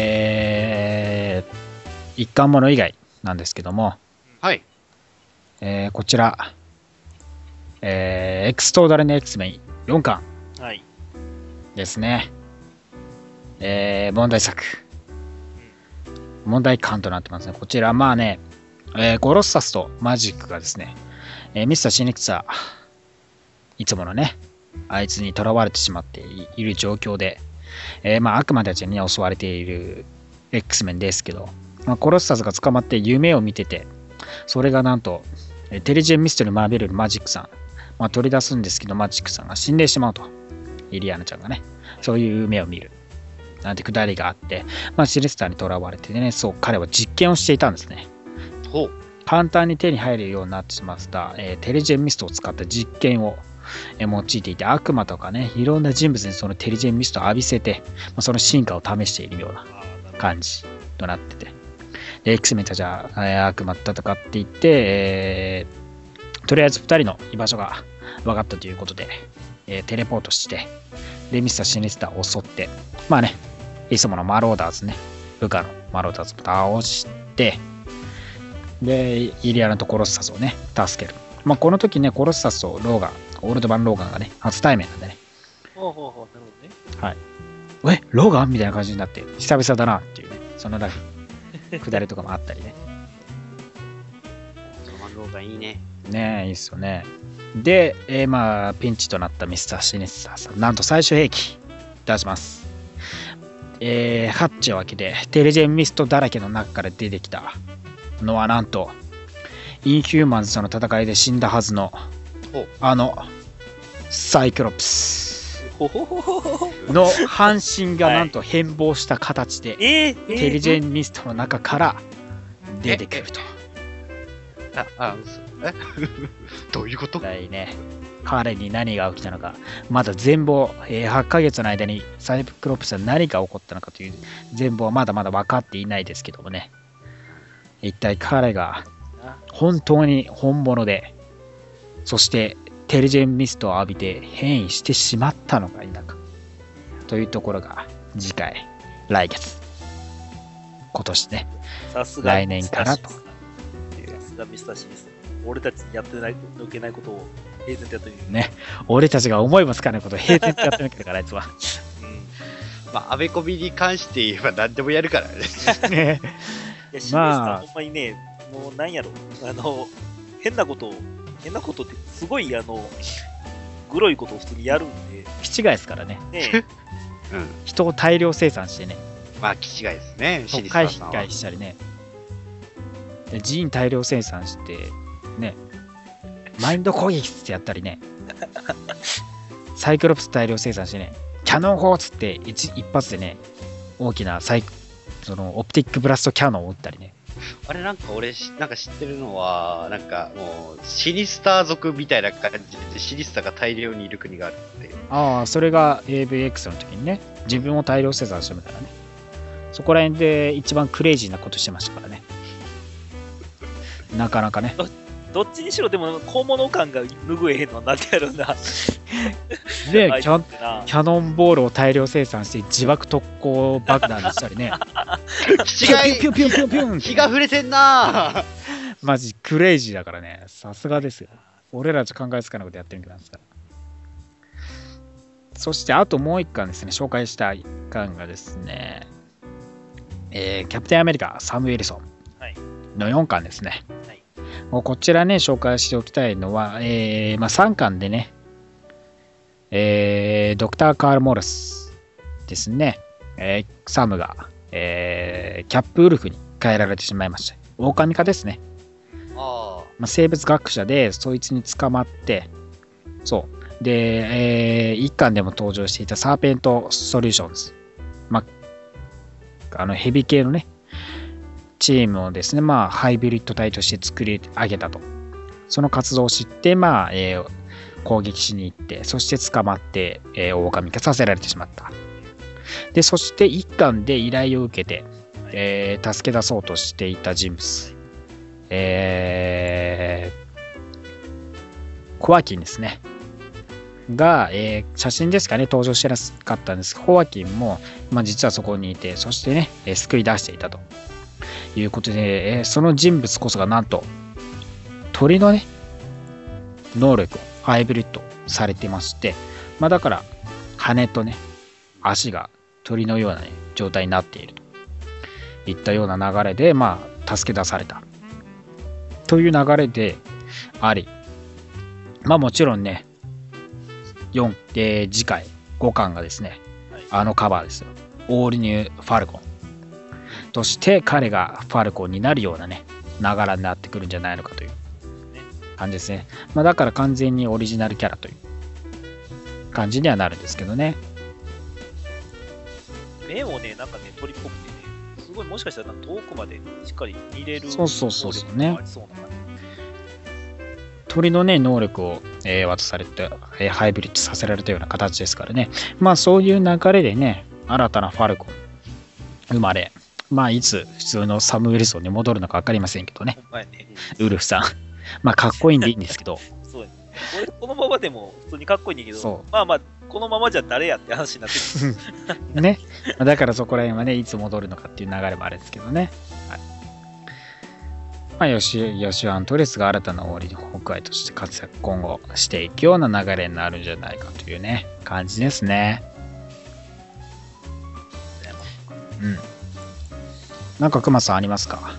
Speaker 3: えー、一貫物以外なんですけども、
Speaker 1: はい。
Speaker 3: えーこちら、えー、エクストーダルネ X メイン4巻
Speaker 4: はい
Speaker 3: ですね。えー、問題作。問題感となってますね。こちら、まあね、えーゴロッサスとマジックがですね、えーミスターシニクサー、いつものね、あいつに囚われてしまっていいる状況で、えーまあ悪魔たちにね襲われている X メンですけど、まあ、ゴロッサスが捕まって夢を見てて、それがなんと、えーテレジェンミステルマーベルのマジックさん、まあ、取り出すんですけど、マジックさんが死んでしまうと。イリアナちゃんがね、そういう夢を見る。なんてくだりがあって、まあ、シレスターに囚われてね、そう、彼は実験をしていたんですね。
Speaker 1: ほう。
Speaker 3: 簡単に手に入るようになってしまった、えーテレジェンミストを使った実験を、えー用いていて、悪魔とかね、いろんな人物にそのテレジェンミストを浴びせて、まあ、その進化を試しているような
Speaker 4: あーなるほど
Speaker 3: 感じとなってて。で、X メンたちはえー悪魔と戦っていって、えーとりあえず2人の居場所が分かったということで、えーテレポートして、で、ミスター・シニスターを襲って、まあね、いつものマローダーズね、部下のマローダーズを倒して、で、イリアナとコロッサスをね、助ける。まあ、この時ね、コロッサスとローガン、オールド版ローガンがね、初対面なんでね、
Speaker 4: ほうほうほうなるほどね
Speaker 3: え、ローガンみたいな感じになって、久々だなっていうね、そのラ
Speaker 1: <laughs>
Speaker 3: フ、下りとかもあったりね。
Speaker 1: そのマンローがいいね。
Speaker 3: ねえ、いいっすよね。で、えーまあ、ピンチとなったミスター・シネスターさん、なんと最終兵器出します。えーハッチを開けて、テレジェンミストだらけの中から出てきたのは、なんと、インヒューマンズとの戦いで死んだはずの
Speaker 1: ほ、
Speaker 3: あの、サイクロプス
Speaker 4: ほほほほほほ
Speaker 3: の半身が
Speaker 4: はい
Speaker 3: なんと変貌した形で、
Speaker 4: えー、えー
Speaker 3: テリジェンミストの中から出てくると。
Speaker 1: あ、あ、そえ <laughs> どういうこと
Speaker 3: 一体ね、彼に何が起きたのか、まだ全貌、えー8ヶ月の間にサイクロプスは何が起こったのかという全貌はまだまだ分かっていないですけどもね、一体彼が本当に本物で、そしてテリジェンミストを浴びて変異してしまったのか否か、というところが次回、来月、今年ね、
Speaker 4: さすが
Speaker 3: 来年かなと
Speaker 4: さすがミスターシミス俺たちにやってない抜けないことを平然とやってみる
Speaker 3: ね、俺たちが思いもつかないことを平然とやってなきゃだから、あいつは。
Speaker 4: うん
Speaker 1: まあ、アベコビに関して言えば何でもやるからね。
Speaker 3: ね
Speaker 4: いや、シ
Speaker 3: まあ
Speaker 4: まあ、ほんまにね、もうなんやろ、あの、変なことを、変なことって、すごい、あの、グロいことを普通にやるんで、
Speaker 3: 気違いですからね。 <laughs>
Speaker 4: ね
Speaker 1: <laughs> うん。
Speaker 3: 人を大量生産してね、
Speaker 1: まあ、気違いですね。シリスタ
Speaker 3: 回
Speaker 1: ー
Speaker 3: 避
Speaker 1: さんは。
Speaker 3: 回避したりね、で人大量生産して、ね、マインド攻撃っつってやった
Speaker 1: <laughs>
Speaker 3: りね、サイクロプス大量生産してね、キャノン砲っつって一一発でね、大きなサイそのオプティックブラストキャノンを撃ったりね、
Speaker 1: あれなんか俺し、なんか知ってるのは、なんかもう、シリスター族みたいな感じで、シリスターが大量にいる国 <laughs> があるって。
Speaker 3: ああ、それが AVX の時にね、自分を大量生産してみたらね、そこら辺で一番クレイジーなことしてましたからね。なかなかね、
Speaker 4: どっちにしろ、でも、小物感が拭えへんのはなんてやろうな。
Speaker 3: で
Speaker 4: あ、いつ
Speaker 3: キャン
Speaker 4: ってな
Speaker 3: キャノンボールを大量生産して自爆特攻爆弾にしたりね。
Speaker 1: 気違
Speaker 3: ピュン
Speaker 1: い
Speaker 3: ピュンピュンピュンピュンって
Speaker 1: 気が触れてん <laughs> なぁ
Speaker 3: マジクレイジーだからね。さすがですよ。俺らじゃ考えつかないことやってるんですから。そしてあともう一巻ですね。紹介した一巻がですね。えーキャプテンアメリカ、サム・ウィルソ
Speaker 4: はい
Speaker 3: ンの4巻ですね。
Speaker 4: はい
Speaker 3: もうこちらね、紹介しておきたいのは、えーまあ、3巻でね、えードクター・カール・モルスですね、えーサムが、えーキャップウルフに変えられてしまいました。狼化ですね。
Speaker 1: あ
Speaker 3: まあ、生物学者で、そいつに捕まって、そう。で、え1巻でも登場していたサーペント・ソリューションズ。まあ、あの、ヘビ系のね、チームをですね、まあ、ハイブリッド体として作り上げたと。その活動を知って、まあ、えー攻撃しに行って、そして捕まって、えー、狼化させられてしまった。で、そして1巻で依頼を受けて、えー助け出そうとしていた人物。えーコアキンですね。が、えー写真ですかね、登場してなかったんですけど、コアキンも、まあ、実はそこにいて、そしてね、えー救い出していたということで、えーその人物こそがなんと、鳥のね、能力をハイブリッドされてまして、まあ、だから、羽とね、足が鳥のような、ね、状態になっているといったような流れで、まあ、助け出されたという流れであり、まあもちろんね、4、えー次回5巻がですね、
Speaker 4: はい
Speaker 3: あのカバーですよ。オールニューファルコン。として彼がファルコンになるようなね、ながらになってくるんじゃないのかという感じですね。まあだから完全にオリジナルキャラという感じにはなるんですけどね。
Speaker 4: 目をね、なんかね、鳥っぽくてね、すごいもしかしたらなんか遠くまでしっかり見れる
Speaker 3: そうそうそうそうね
Speaker 4: 能力がありそうな感
Speaker 3: 鳥のね、能力を、えー渡されて、えーハイブリッドさせられたような形ですからね。まあそういう流れでね、新たなファルコン生まれ、まあいつ普通のサム・ウィルソンに戻るのか分かりませんけどね
Speaker 4: じ。、ほんまやね。
Speaker 3: ウルフさん。 <laughs> まあかっこいいんでいいんですけど、
Speaker 4: そうやねこれこのままでも普通にかっこいいんだけ
Speaker 3: そ
Speaker 4: ど、まあまあ、このままじゃ誰やって話になってくる。
Speaker 3: ね。まあだからそこら辺はね、いつ戻るのかっていう流れもあるんですけどね。はいまあ、ヨシヨシュアントレスが新たなオーリーの北海として活躍今後していくような流れになるんじゃないかというね、感じですね。うん。なんか熊さんありますか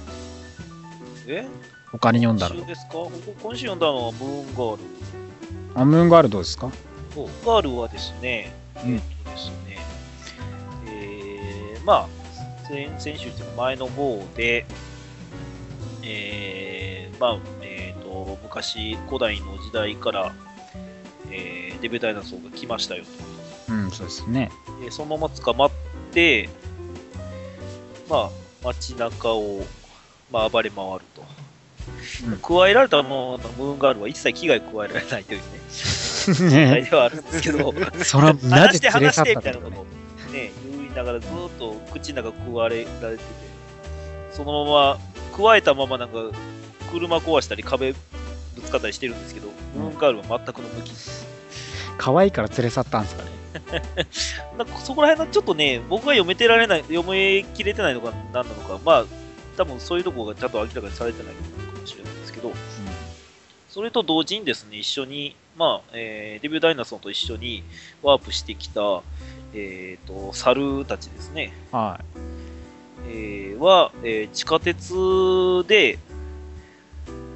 Speaker 4: え
Speaker 3: 他に読んだ
Speaker 4: 今
Speaker 3: の
Speaker 4: 週。ですかここ今週読んだのはムーンガール。
Speaker 3: あ、ムーンガールどうですか
Speaker 4: ムーンガールはですね、
Speaker 3: うん
Speaker 4: えっとですね、えー、まあ、先先週というか前の方で、えー、まあ、えっ、と、昔、古代の時代から、えー、デブダイナソーが来ましたよと。
Speaker 3: うん、そうですね。
Speaker 4: でそのまま捕まって、まあ、街中を、まあ、暴れ回ると。
Speaker 3: うん
Speaker 4: 加えられたもののムーンガールは一切危害加えられないというね、題ではあるんですけど、
Speaker 3: <laughs> その、な
Speaker 4: 話
Speaker 3: ぜ
Speaker 4: して
Speaker 3: 連れ
Speaker 4: 話
Speaker 3: 去
Speaker 4: し
Speaker 3: ってた
Speaker 4: み
Speaker 3: んだ
Speaker 4: たい
Speaker 3: ろ
Speaker 4: な
Speaker 3: う
Speaker 4: こ
Speaker 3: ね
Speaker 4: とをね、言いながらずーっと口の中食われられてて、そのまま、加えたままなんか、車壊したり壁ぶつかったりしてるんですけど、ムーンガールは全くの無傷。
Speaker 3: 可愛いから連れ去ったんですかね。
Speaker 4: なんかそこら辺のちょっとね、僕が読めてられない、読めきれてないのか何なのか、まあ、多分そういうとこがちゃんと明らかにされてないのかもしれないんですけど、それと同時にですね、一緒に、まあ、えーデビューダイナソンと一緒にワープしてきた、えっ、と、猿たちですね、
Speaker 3: は
Speaker 4: えーは、えー地下鉄で、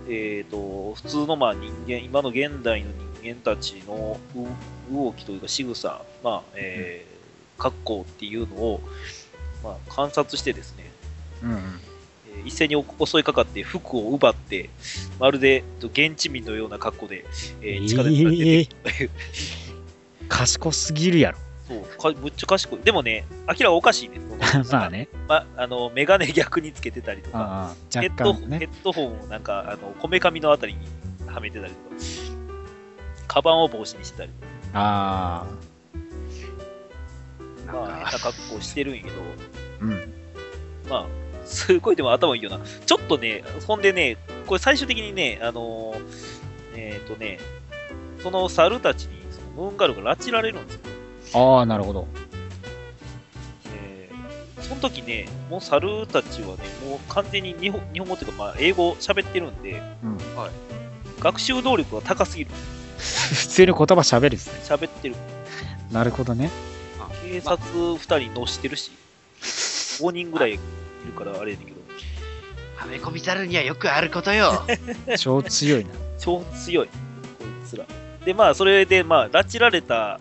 Speaker 4: えっ、と、普通のまあ人間、今の現代の人間たちのう動きというか仕草、まあ、えー格好っていうのを、まあ、観察してですね、
Speaker 3: い。うんうん。
Speaker 4: えー一斉にお襲いかかって服を奪って、まるでえっと現地民のような格好で、えー地下鉄から出て
Speaker 3: えー
Speaker 4: <laughs>
Speaker 3: 賢すぎるやろ。
Speaker 4: そうか、むっちゃ賢い。でもね、明らかにおかしいね。そ
Speaker 3: <laughs> <laughs>
Speaker 4: の
Speaker 3: まあ。ね。
Speaker 4: まあの、メガネ逆につけてたりとか、
Speaker 3: ああ
Speaker 4: ヘ
Speaker 3: 若
Speaker 4: ッド
Speaker 3: 干
Speaker 4: ホン、ヘ
Speaker 3: ね。
Speaker 4: ッドホンをなんか、あの、こめかみのあたりにはめてたりとか、カバンを帽子にしてたりと
Speaker 3: ああ。
Speaker 4: か、まあ、変な格好してるんやけど、
Speaker 3: うん。
Speaker 4: まあ、すごいでも頭いいよな。ちょっとね、ほんでね、これ最終的にね、あのーえっ、とね、その猿たちに、そのムーンガルが拉致られるんですよ。
Speaker 3: ああ、なるほど。 <laughs>
Speaker 4: えーその時ね、もう猿たちはね、もう完全に日本日本語っていうか、まあ、英語を喋ってるんで、
Speaker 3: うん
Speaker 4: 学習能力が高すぎる。
Speaker 3: 普通に言葉喋るですね。
Speaker 4: 喋ってる。
Speaker 3: なるほ
Speaker 4: <laughs>
Speaker 3: どね。
Speaker 4: 警察2人乗してるし、5人ぐらいいるからあれやねんけど、
Speaker 1: はめ込みざるにはよくあることよ。
Speaker 3: 超強いな。
Speaker 4: 超強い、こいつら。で、まあ、それで、まあ、拉致られた、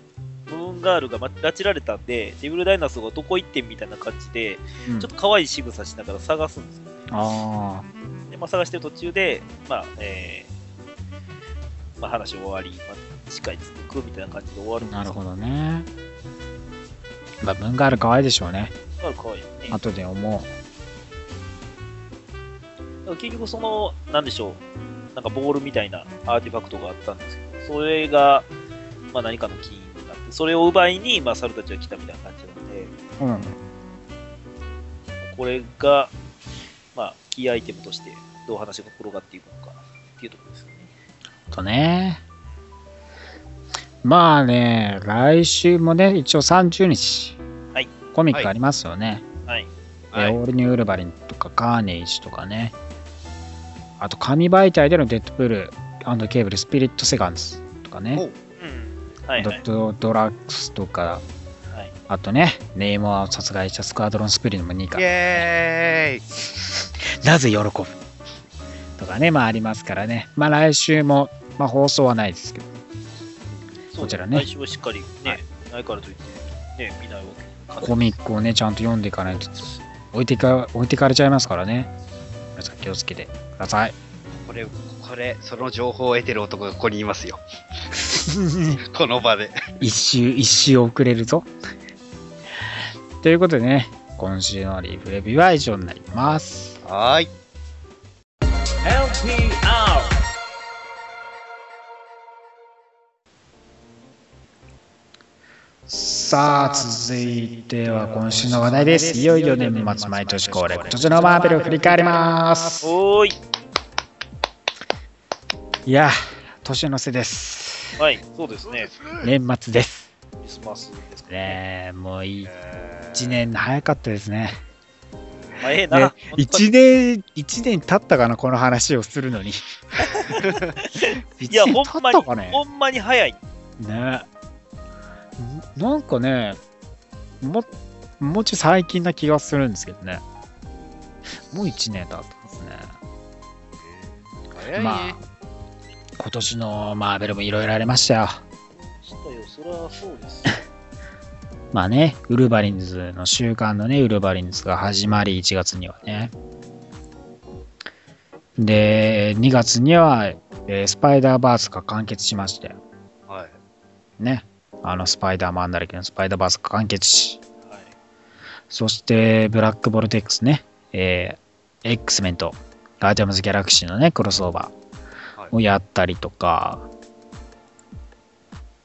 Speaker 4: ムーンガールが、ま、拉致られたんで、デビルダイナソーがどこ行ってんみたいな感じで、
Speaker 3: うん
Speaker 4: ちょっと可愛い仕草しながら探すんですよ。
Speaker 3: あ
Speaker 4: で、まあ、探してる途中で、まあ、えー、まあ、話終わり、まあ、近いつくみたいな感じで終わるん
Speaker 3: あ、な
Speaker 4: です
Speaker 3: るほどね。まあ、文がある可愛いでしょうね。
Speaker 4: ど。ムーンガール可愛いよね。
Speaker 3: 後で思
Speaker 4: だから結局その、なんでしょう、なんかボールみたいなアーティファクトがあったんですけど、それが、まあ何かのキーになって、それを奪いに、まあ猿たちが来たみたいな感じなので、
Speaker 3: う。うん。
Speaker 4: これが、まあ、キーアイテムとして、どう話が転がっていくのかっていうところですよね。
Speaker 3: とね。まあね、来週もね、一応30日。
Speaker 4: はい
Speaker 3: コミックありますよね。
Speaker 4: はい。
Speaker 1: はい
Speaker 3: えーオールニューウルバリンとか、カーネイジとかね。あと、紙媒体でのデッドプールケーブル、スピリットセカンズとかね。
Speaker 1: お
Speaker 4: うん。はい
Speaker 3: ド
Speaker 4: は
Speaker 3: ッ
Speaker 4: い。
Speaker 3: トドラッグスとか、
Speaker 4: はい
Speaker 3: あとね、ネイモアを殺害したスクワドロンスピリのも2
Speaker 1: イ
Speaker 3: 巻、
Speaker 1: エーイ
Speaker 3: なぜ喜ぶとかね、まあありますからね、まあ来週も、まあ放送はないですけど、
Speaker 4: そう
Speaker 3: こちらね
Speaker 4: 来週はしっかりね、ないからといって、ね、見ないわけに
Speaker 3: コミックをね、ちゃんと読んでいかないと、置いてか置いてかれちゃいますからね、皆さん気をつけてください。
Speaker 1: これ、これ、その情報を得てる男がここにい <laughs> ますよ。この場で。
Speaker 3: 一周、一周遅れるぞ。 <laughs> ということでね、今週のリーフレビューは以上になります。
Speaker 1: はーい。
Speaker 2: LPR
Speaker 3: さあ、続いては今週の話題です。いよいよ年末毎年恒例、今年のマーベルを振り返ります。
Speaker 4: おーい。
Speaker 3: いや、年の瀬です。
Speaker 4: はい、そうですね。
Speaker 3: 年末です。
Speaker 4: クリスマスですかね。
Speaker 3: ねえ、もういい一年早かったですね。
Speaker 4: まあ、ええな。
Speaker 3: ね
Speaker 4: 本当に
Speaker 3: 一年、一年経ったかな、この話をする
Speaker 4: <laughs>
Speaker 3: のに。一
Speaker 4: いや、
Speaker 3: 年
Speaker 4: ほ
Speaker 3: 経
Speaker 4: んま
Speaker 3: っ
Speaker 4: に
Speaker 3: たか、ね。
Speaker 4: ほんまに早い。
Speaker 3: ねえ。んなんかね、も、もうちょい最近な気がするんですけどね。もう一年経ったんですね。
Speaker 1: 早いね。
Speaker 3: まあ、今年のマーベルもいろいろありましたよ。
Speaker 4: したよ、そらそうです。
Speaker 3: まあね、ウルヴァリンズの週間のね、ウルヴァリンズが始まり、1月にはね。で、2月には、えースパイダーバースが完結しまして、
Speaker 1: はい。
Speaker 3: ね。あの、スパイダーマンだらけのスパイダーバースが完結し、
Speaker 4: はい。
Speaker 3: そして、ブラックボルテックスね、えー、X メンとガーディアムズ・ギャラクシーのね、クロスオーバーをやったりとか、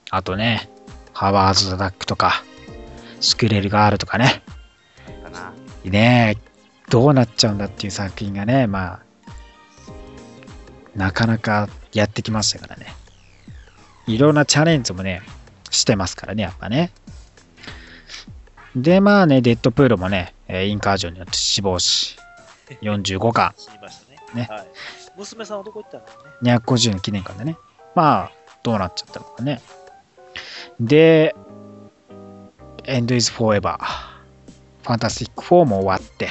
Speaker 3: あとね、ハワーズ・ザ・ダックとか、スクレル・ガールとかね、
Speaker 1: かな。
Speaker 3: ねえどうなっちゃうんだっていう作品がね、まあ、なかなかやってきましたからね。いろんなチャレンジもね、してますからね、やっぱね。で、まあね、デッドプールもね、えーインカージョンによって死亡し、45巻、
Speaker 4: 死にましたね。
Speaker 3: <laughs> ね
Speaker 4: はい。娘さんはどこ行ったんだろうね。
Speaker 3: 250の記念館でね。まあ、どうなっちゃったのかね。で、End is Forever。ファンタスティック4も終わって。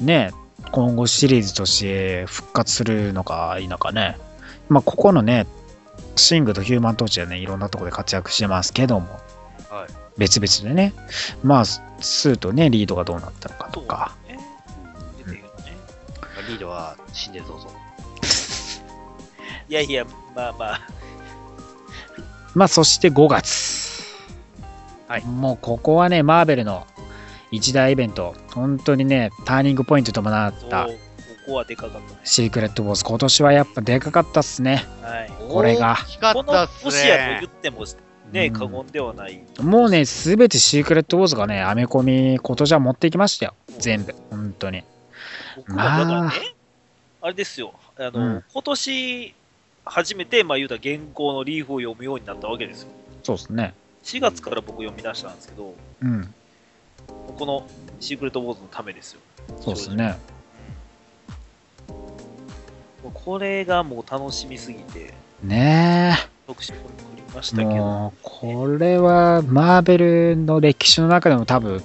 Speaker 3: ねえ今後シリーズとして復活するのか否かね。まあ、ここのね、シングとヒューマントーチでね、いろんなところで活躍してますけども、
Speaker 1: はい。
Speaker 3: 別々でね。まあ、スーとね、リードがどうなったのかとか。
Speaker 4: ね。出てるよね。
Speaker 1: リードは死んでるぞぞ。
Speaker 4: いやいや、まあまあ。
Speaker 3: まあ、そして5月。
Speaker 1: はい
Speaker 3: もうここはね、マーベルの一大イベント、本当にね、ターニングポイントともなっ
Speaker 4: そう、
Speaker 3: た
Speaker 4: こ、こはでかかったね。
Speaker 3: シークレット・ウォーズ、今年はやっぱでかかったっすね。
Speaker 4: はい。
Speaker 3: これが
Speaker 1: 大きか
Speaker 4: こ
Speaker 1: っ
Speaker 4: の
Speaker 1: たっす
Speaker 4: 年やと
Speaker 1: ね
Speaker 4: 言。ってもね、
Speaker 3: うん
Speaker 4: 過言ではない。
Speaker 3: もうね、すべてシークレット・ウォーズがね、アメコミ、今年は持ってきましたよ。全部、本当に。
Speaker 4: 僕はだからね、あれですよ、あの、
Speaker 3: うん
Speaker 4: 今年初めて、まあ言うたら原稿のリーフを読むようになったわけですよ。
Speaker 3: そうですね。
Speaker 4: 4月から僕読み出したんですけど、
Speaker 3: うん、
Speaker 4: このシークレットウォーズのためですよ。
Speaker 3: そうですね。
Speaker 4: もうこれがもう楽しみすぎて、
Speaker 3: ね
Speaker 4: 特集も送りまし
Speaker 3: え、
Speaker 4: たけど、
Speaker 3: もう、これはマーベルの歴史の中でも多分、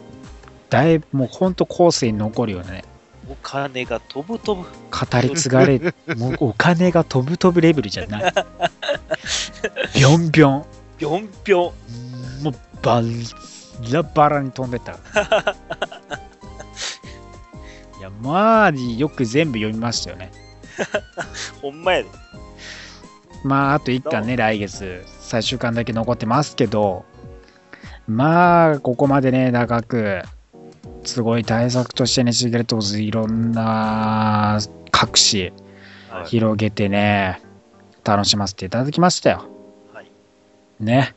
Speaker 3: だいぶ、もう本当後世に残るようなね、
Speaker 4: 大お金が飛ぶ飛ぶ。
Speaker 3: 語り継がれ、もうお金が飛ぶ飛ぶレベルじゃない。ビョンビョン。
Speaker 4: ぴょんぴょん。
Speaker 3: もうバラバラに飛んでったから。いや、まあ、よく全部読みましたよね。
Speaker 4: ほんまやで。
Speaker 3: まあ、あと1巻ね、来月、最終巻だけ残ってますけど、まあ、ここまでね、長く、すごい対策としてね、シークレットウォーズいろんな各紙
Speaker 4: はい
Speaker 3: 広げてね、楽しませていただきましたよ。
Speaker 4: はい。
Speaker 3: ね。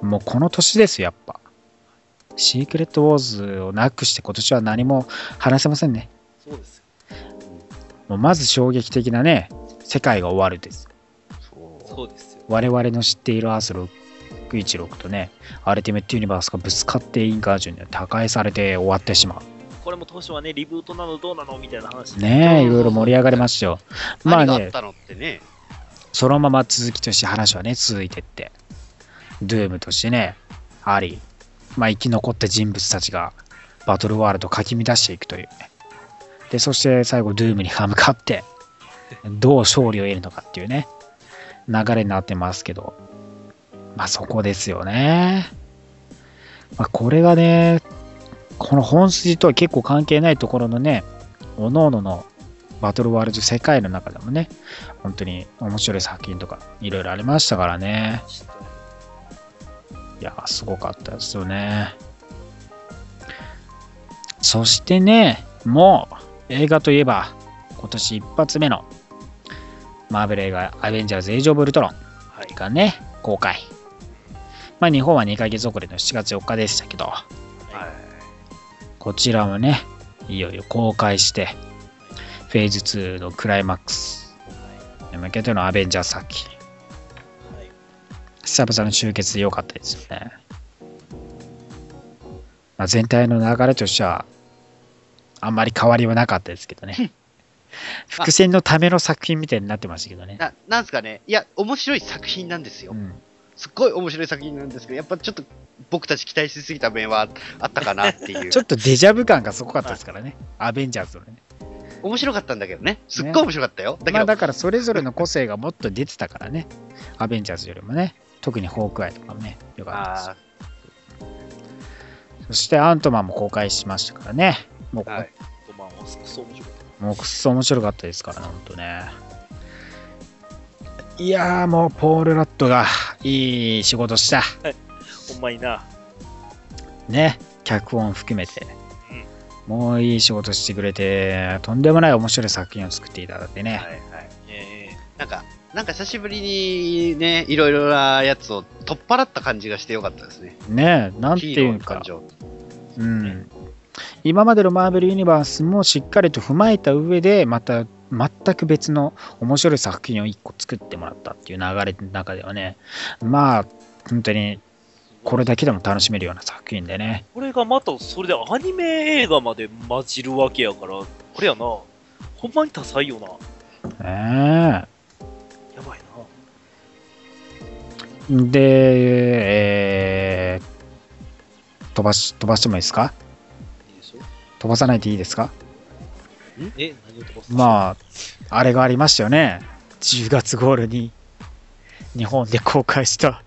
Speaker 3: もうこの年ですよ、やっぱ。シークレットウォーズをなくして今年は何も話せませんね。
Speaker 4: そうですよ。
Speaker 3: もうまず衝撃的なね、世界が終わるです。
Speaker 1: そ。
Speaker 4: そううですよ。
Speaker 3: 我々の知っているアース616とね、アルティメットユニバースがぶつかってインカージュによって破壊されて終わってしま
Speaker 4: これも当初はね、リブートなのどうなのみたいな話。
Speaker 1: そうそ
Speaker 3: う。ね
Speaker 1: う
Speaker 3: え、いろいろ盛り上がりましたよ。ま
Speaker 1: 何
Speaker 3: あ
Speaker 1: があっ
Speaker 3: ね、
Speaker 1: たのってね。
Speaker 3: そのまま続きとして話はね、続いてって。ドゥームとしてね、あり、まあ生き残った人物たちがバトルワールドをかき乱していくというね。で、そして最後、ドゥームに歯向かって、どう勝利を得るのかっていうね、流れになってますけど、まあそこですよね。まあこれがね、この本筋とは結構関係ないところのね、各々のバトルワールド世界の中でもね、本当に面白い作品とかいろいろありましたからね。
Speaker 4: ちょっと
Speaker 3: いや、すごかったですよね。そしてね、もう映画といえば、今年一発目のマーベル映画アベンジャーズ・エイジ・オブ・ウルトロン
Speaker 4: はい。
Speaker 3: がね、公開。まあ日本は2ヶ月遅れの7月4日でしたけど、
Speaker 4: はい
Speaker 3: こちらもね、いよいよ公開して、フェーズ2のクライマックスに向けてのアベンジャーズ作品。
Speaker 4: はい。
Speaker 3: 久々の集結で良かったですよね。まあ、全体の流れとしては、あんまり変わりはなかったですけどね。伏線のための作品みたいになってましたけどね。
Speaker 1: な、なんすかね。いや、面白い作品なんですよ
Speaker 3: う。ん、
Speaker 1: すっごい面白い作品なんですけど、やっぱちょっと僕たち期待しすぎた面はあったかなっていう
Speaker 3: ちょ。っとデジャブ感がすごかったですからね。アベンジャーズのね。
Speaker 1: 面白かったんだけどね。すっごい面白かったよ。だけ
Speaker 3: まあ
Speaker 1: ど、
Speaker 3: だからそれぞれの個性がもっと出てたからね。アベンジャーズよりもね。特にホークアイとかもね、良かったです
Speaker 1: あ
Speaker 3: よ。そしてアントマンも公開しましたからね。もう
Speaker 1: ーはい。
Speaker 4: とまあ、クソ面白かっ
Speaker 3: もうくっそ面白かったですからね、ほんとね。いやーもうポール・ラットがいい仕事した。
Speaker 4: た。ほんまにな。
Speaker 3: ね。脚本含めて。もういい仕事してくれて、とんでもない面白い作品を作っていただいてね。
Speaker 1: はいはい。
Speaker 4: え
Speaker 1: なんか、なんか久しぶりにね、いろいろなやつを取っ払った感じがしてよかったですね。
Speaker 3: ねえ、なんて
Speaker 1: ヒ
Speaker 3: い
Speaker 1: ーロー
Speaker 3: う
Speaker 1: の感
Speaker 3: か。
Speaker 1: 情。
Speaker 3: うん。今までのマーベル・ユニバースもしっかりと踏まえた上で、また全く別の面白い作品を1個作ってもらったっていう流れの中ではね、まあ、本当にこれだけでも楽しめるような作品でね。
Speaker 4: これがまた、それでアニメ映画まで混じるわけやから、これやな。ほんまに多彩よな。
Speaker 3: ね
Speaker 4: やばいな。
Speaker 3: えで、えー飛ばし、飛ばしてもいいですか
Speaker 4: いいでしょ
Speaker 3: 飛ばさないでいいですか
Speaker 4: え、何を飛ばすあ。
Speaker 3: まあ、あれがありましたよね。10月頃に日本で公開した。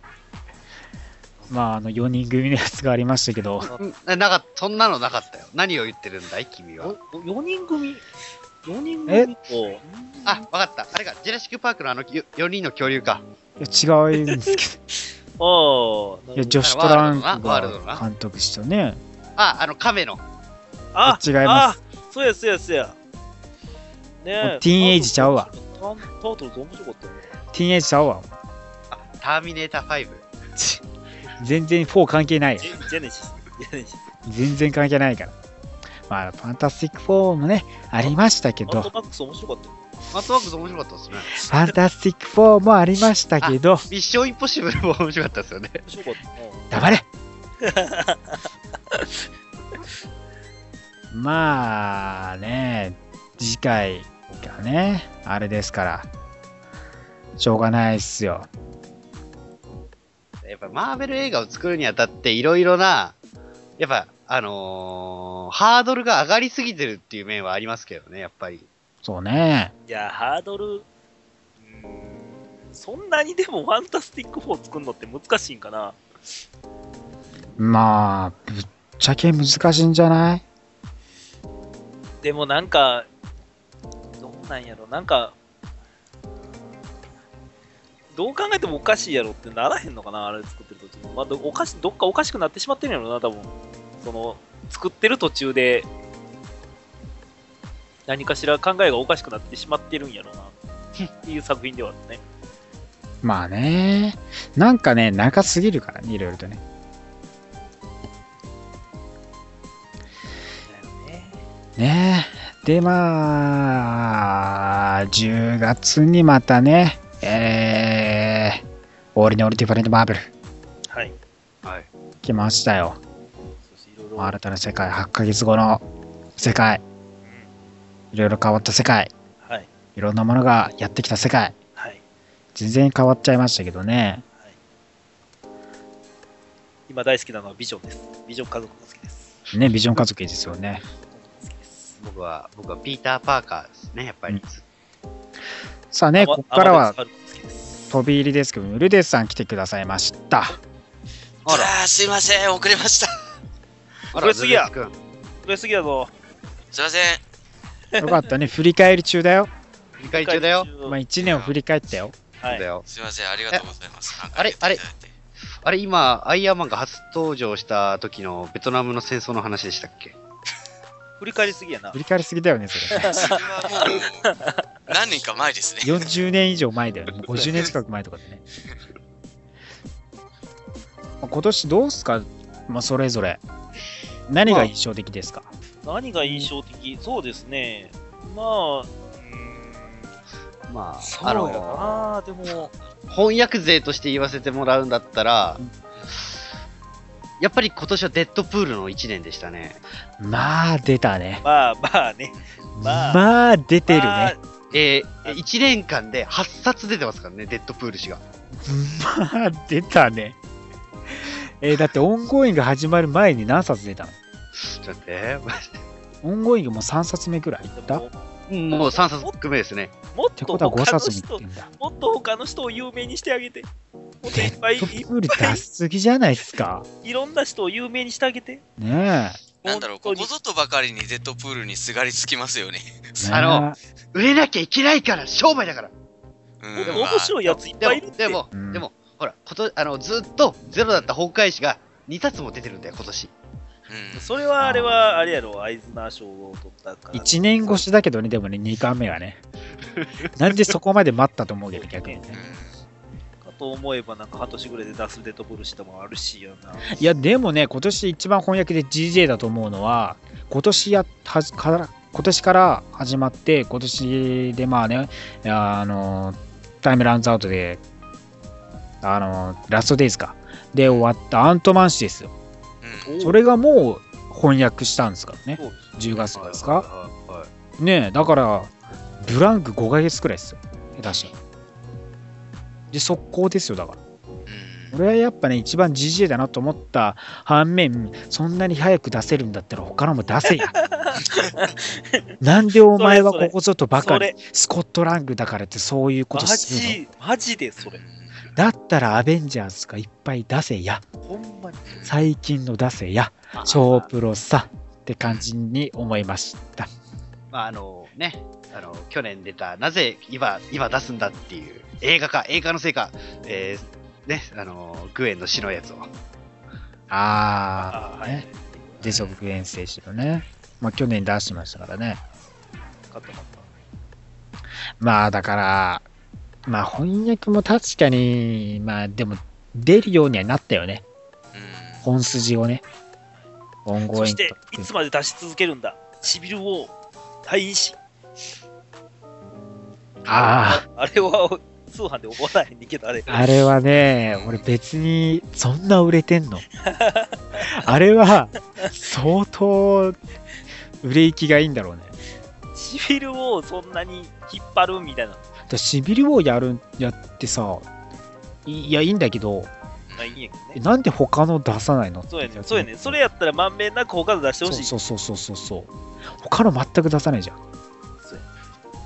Speaker 3: まあ、あの4人組のやつがありましたけど、
Speaker 1: うんななかっそんなのなかったよ。何を言ってるんだい君は。
Speaker 4: 4人組 ?4 人
Speaker 3: え
Speaker 4: 組お
Speaker 1: あ、わかった。あれか、ジュラシック・パークのあの4人の恐竜か。
Speaker 3: いや違うんですけ
Speaker 4: ああ、
Speaker 3: ど、いやジョシュ・トランクが監督したね。
Speaker 1: あ、あの、亀の。
Speaker 4: あ。
Speaker 3: 違います
Speaker 4: あそうやそうやそうや。ね
Speaker 3: もうティーンエイジちゃうわ
Speaker 4: タートルズ面白かったよ。
Speaker 3: ティーンエイジちゃうわ。
Speaker 1: あターミネーター5。
Speaker 3: 全然4関係ないよ
Speaker 4: ジ。ェジェネシス。ジェネシス。
Speaker 3: 全然関係ないから。まあ、ファンタスティック4もね、ありましたけ
Speaker 4: マ <laughs>
Speaker 3: ど
Speaker 4: ッド、マックス面白かったよ。
Speaker 1: マットワークス面白かったですね。
Speaker 3: ファンタスティック4もありましたけど、
Speaker 1: ミッション・インポッシブルも面白かったですよね。 <laughs>
Speaker 4: 面白かったよ。
Speaker 3: 黙れ <laughs> まあね、次回がね、あれですから、しょうがないっすよ。
Speaker 1: やっぱマーベル映画を作るにあたっていろいろな、やっぱあのーハードルが上がりすぎてるっていう面はありますけどね、やっぱり。
Speaker 3: そうね。
Speaker 4: いや、ハードル、うーんそんなにでもファンタスティック4作るのって難しいんかな。
Speaker 3: まあ、ぶっちゃけ難しいんじゃない
Speaker 4: でもなんか、どうなんやろ、なんか、どう考えてもおかしいやろってならへんのかな、あれ作ってる途中。まあ、どおかしどっかおかしくなってしまってるんやろな、多分。その、作ってる途中で、何かしら考えがおかしくなってしまってるんやろな、っていう作品ではあるね。
Speaker 3: まあね。なんかね、長すぎるからね、いろいろとね。ねえ。で、まあ、10月にまたね、えー、オールニオールディファレントバーベル
Speaker 4: はい。
Speaker 1: はい。
Speaker 3: 来ましたよ。
Speaker 4: そしていろいろ
Speaker 3: 新たな世界、8ヶ月後の世界。いろいろ変わった世界。
Speaker 4: はい。
Speaker 3: いろんなものがやってきた世界。
Speaker 4: はい。
Speaker 3: 全然変わっちゃいましたけどね。
Speaker 4: 今大好きなのはビジョンです。ビジョン家族が好きです。
Speaker 3: ね、ビジョン家族いいですよね。
Speaker 4: 好きです。
Speaker 1: 僕は、僕はピーター・パーカーですね、やっぱり。
Speaker 3: さあね、
Speaker 4: アマ
Speaker 3: ここからは
Speaker 4: アマデウスハルコ好きです
Speaker 3: 飛び入りですけど、ルデスさん来てくださいました。
Speaker 1: あら、
Speaker 5: あーすいません遅れました
Speaker 1: あ
Speaker 4: こ
Speaker 1: ら、
Speaker 4: れ次や
Speaker 1: ズルズ君。
Speaker 4: 増えすぎやぞ。
Speaker 5: すいません
Speaker 3: よか
Speaker 4: <laughs>
Speaker 3: ったね、振り返り中だよ。
Speaker 1: 理解中だよ。
Speaker 3: まあ、1年を振り返ったよ。
Speaker 4: は
Speaker 1: そうだ
Speaker 4: い。
Speaker 1: よ。
Speaker 5: すいませんありがとうございますなんか
Speaker 1: あれ
Speaker 5: 言っていただいて
Speaker 1: あれ、今、アイアンマンが初登場した時のベトナムの戦争の話でしたっけ
Speaker 4: 振り返りすぎやな
Speaker 3: 振。り返りすぎだよね、それね。
Speaker 5: それはもう何年か前ですね
Speaker 3: 40年以上前だよね。もう
Speaker 4: <laughs>
Speaker 3: 50年近く前とかでね。まあ今年どうすか、まあ、それぞれ。何が印象的ですか、
Speaker 4: 何が印象的そうですね。まあ、うー
Speaker 1: ま
Speaker 4: ん
Speaker 1: あ、あ
Speaker 4: そうや
Speaker 1: の、
Speaker 4: な。でも、
Speaker 1: 翻訳勢として言わせてもらうんだったら、やっぱり今年はデッドプールの1年でしたね。
Speaker 3: まあ、出たね。
Speaker 4: まあまあね。まあ
Speaker 3: まあ、出てるね。
Speaker 4: まあ
Speaker 1: えー、1年間で8冊出てますからね、デッドプール氏が。
Speaker 3: まあ、出たね。えーだって、オンゴーイング始まる前に何冊出たの
Speaker 1: ちょっと待って。
Speaker 3: オンゴーイングもう3冊目くらいいっ
Speaker 4: で
Speaker 3: たっ
Speaker 4: も
Speaker 1: もう3冊含めですね。
Speaker 4: もってと
Speaker 3: ことは5
Speaker 4: 他の
Speaker 3: 冊もいって
Speaker 4: 人、
Speaker 3: んだ。
Speaker 4: もっと他の人を有名にしてあげて。もっとい
Speaker 3: デ
Speaker 4: っぱい、
Speaker 3: ッドプ
Speaker 4: い
Speaker 3: ール出しすぎじゃないですか。
Speaker 4: いろんな人を有名にしてあげて。
Speaker 3: ね
Speaker 5: なんだろうこ
Speaker 4: 本当
Speaker 5: こ
Speaker 4: に
Speaker 5: ぞとばかりにデッドプールにすがりつきますよね
Speaker 3: え。ね
Speaker 1: あの売れなきゃいけないから、商売だから。
Speaker 5: うん
Speaker 4: もっと
Speaker 5: まあ
Speaker 4: 面白いやついっ
Speaker 1: で
Speaker 4: ぱいいるっ
Speaker 1: も、
Speaker 4: て。
Speaker 1: でも、
Speaker 3: うん
Speaker 1: でも、ほら、ことあのずっとゼロだった崩壊誌が2冊も出てるんだよ、今年。
Speaker 5: うん
Speaker 4: それはあれは、あれやろ、アイズナー賞を取ったから。
Speaker 3: 1年越しだけどね、でもね、2巻目がね。なんでそこまで待ったと思うけど、逆にね。
Speaker 4: かと思えば、なんか半年ぐらいで出すデッドブルしたもあるしやな。
Speaker 3: いや、でもね、今年一番翻訳で GJ だと思うのは、今年やはじから、今年から始まって、今年でまあね、あの、タイムランズアウトで、あの、ラストデイズか。で終わったアントマン氏ですよ。
Speaker 5: うん
Speaker 3: それがもう翻訳したんですからね。
Speaker 4: そう
Speaker 3: 10月ですか。
Speaker 1: はいはいはい
Speaker 3: ねえ、だから、ブランク5ヶ月くらいですよ。下手したら。で、速攻ですよ、だから。
Speaker 5: うん
Speaker 3: 俺はやっぱね一番 GJ だなと思った反面そんなに早く出せるんだったら他のも出
Speaker 4: <laughs>
Speaker 3: せやなんでお前はここぞとばか
Speaker 4: そ
Speaker 3: り
Speaker 4: れ、
Speaker 3: スコットラングだからってそういうこ
Speaker 4: マ
Speaker 3: とするの
Speaker 4: ジ、マジでそれ。
Speaker 3: だったらアベンジャーズがいっぱい出せや
Speaker 4: ほんまに。
Speaker 5: うん
Speaker 3: 最近の出せや超プロさって感じに思いました
Speaker 1: まあ、あのね、あの、去年出た、なぜ今、今出すんだっていう、映画か、映画のせいか、えー、ね、あの、グエンの死のやつを。
Speaker 3: あ
Speaker 4: あ
Speaker 3: あ、
Speaker 4: あ、は
Speaker 3: ね
Speaker 4: い。
Speaker 3: デジョブクエン選手のねまあ去年出してましたからね
Speaker 4: 勝った勝っ
Speaker 3: まあだから、まあ翻訳も確かに、まあでも出るようにはなったよね。
Speaker 5: うん
Speaker 3: 本筋をね。オン
Speaker 4: た。
Speaker 3: ゴ
Speaker 4: そ
Speaker 3: イ
Speaker 4: し
Speaker 3: ンと
Speaker 4: て、いつまで出し続けるんだシビルウォー、退院し。
Speaker 3: あ
Speaker 4: あれは、通販で思わないんだけど、あれ。
Speaker 3: あ、あれはね、俺別にそんな売れて
Speaker 4: <laughs>
Speaker 3: んの。あれは相当売れ行きがいいんだろうね。
Speaker 4: シビルウォー、そんなに引っ張るみたいな。
Speaker 3: だシビルをやるんやってさ、いいや、いいんだけど、
Speaker 4: まあいいんやけど
Speaker 3: え
Speaker 4: ね。
Speaker 3: なんで他の出さないの
Speaker 4: そうやね。そうやね。それやったらまんべんなく他の出してほしい。
Speaker 3: そうそうそうそうそう他の全く出さないじゃん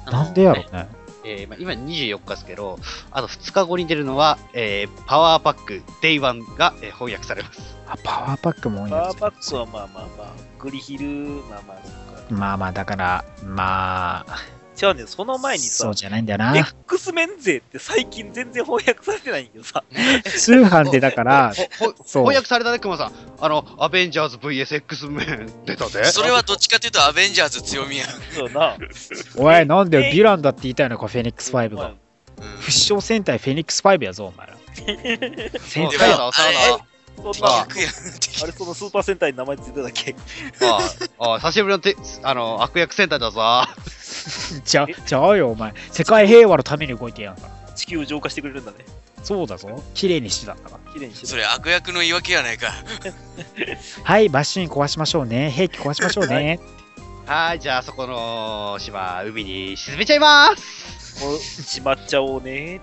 Speaker 1: あの
Speaker 3: なんでやろうね
Speaker 1: えーまあ、今24日ですけど、あと2日後に出るのは、えーパワーパック Day1 が、えー翻訳されます。
Speaker 3: あパワーパックも多いん
Speaker 4: パ
Speaker 3: や
Speaker 4: ワ
Speaker 3: つ
Speaker 4: ーパックはまあまあまあ、グリヒル、まあまあ、そっか。
Speaker 3: まあまあだからまあ
Speaker 4: 違うね。その前に
Speaker 3: そ
Speaker 4: さ
Speaker 3: う、じゃないんだよな
Speaker 4: X メン勢って最近全然翻訳されてないんやけどさ。
Speaker 3: 通販でだ
Speaker 4: <laughs>
Speaker 3: から
Speaker 1: ほほ
Speaker 3: そう
Speaker 1: 翻訳されたね、熊さん。あの、アベンジャーズ VSX メン出たぜ。
Speaker 5: それはどっちかというとアベンジャーズ強みやん。
Speaker 4: そうな。
Speaker 3: おいなんだよデュランだって言いたいのかフェニックス5が
Speaker 5: うん
Speaker 3: 不死鳥戦隊フェニックス5やぞお前ら戦
Speaker 1: で
Speaker 5: で
Speaker 1: も
Speaker 5: も
Speaker 3: 隊
Speaker 1: そうそうそう
Speaker 4: そん
Speaker 5: 敵
Speaker 4: な。
Speaker 1: あ
Speaker 5: 役やん。
Speaker 4: あれ、そのスーパー戦隊に名前ついてたっけ
Speaker 1: ああああ久しぶりのてあの悪役戦隊だぞ。
Speaker 3: じゃじゃあよお前世界平和のために動いてやんから
Speaker 4: 地球を浄化してくれるんだね。
Speaker 3: そうだぞ綺麗にしてたんだから
Speaker 4: 綺麗にして
Speaker 5: それ悪役の言い訳やないか。
Speaker 3: はいバッシュイン壊しましょうね兵器壊しましょうね
Speaker 1: はい、じゃあそこの島、海に沈めちゃいます。
Speaker 4: もう、しまっちゃおうね。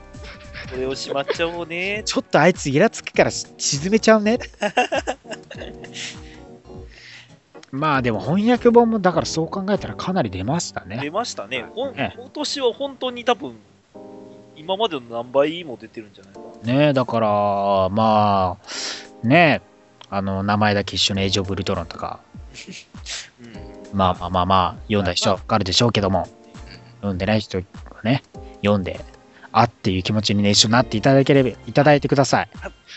Speaker 4: これをしまっちゃおうね。
Speaker 3: ちょっとあいつイラつくからし沈めちゃう <laughs> ねまあでも翻訳本もだからそう考えたらかなり出ましたね
Speaker 4: 出ました
Speaker 3: <laughs>
Speaker 4: ね。ほん
Speaker 3: ね
Speaker 4: 今年は本当に多分、今までの何倍も出てるんじゃないかな。
Speaker 3: ねえだからまあねえあの名前だけ一緒のエイジ・オブ・ウルトロンとか
Speaker 5: うん。
Speaker 3: まあまあまあまあ読んだ人はわかるでしょうけども読んでない人はね読んであっていう気持ちにね一緒になっていただければいただいてください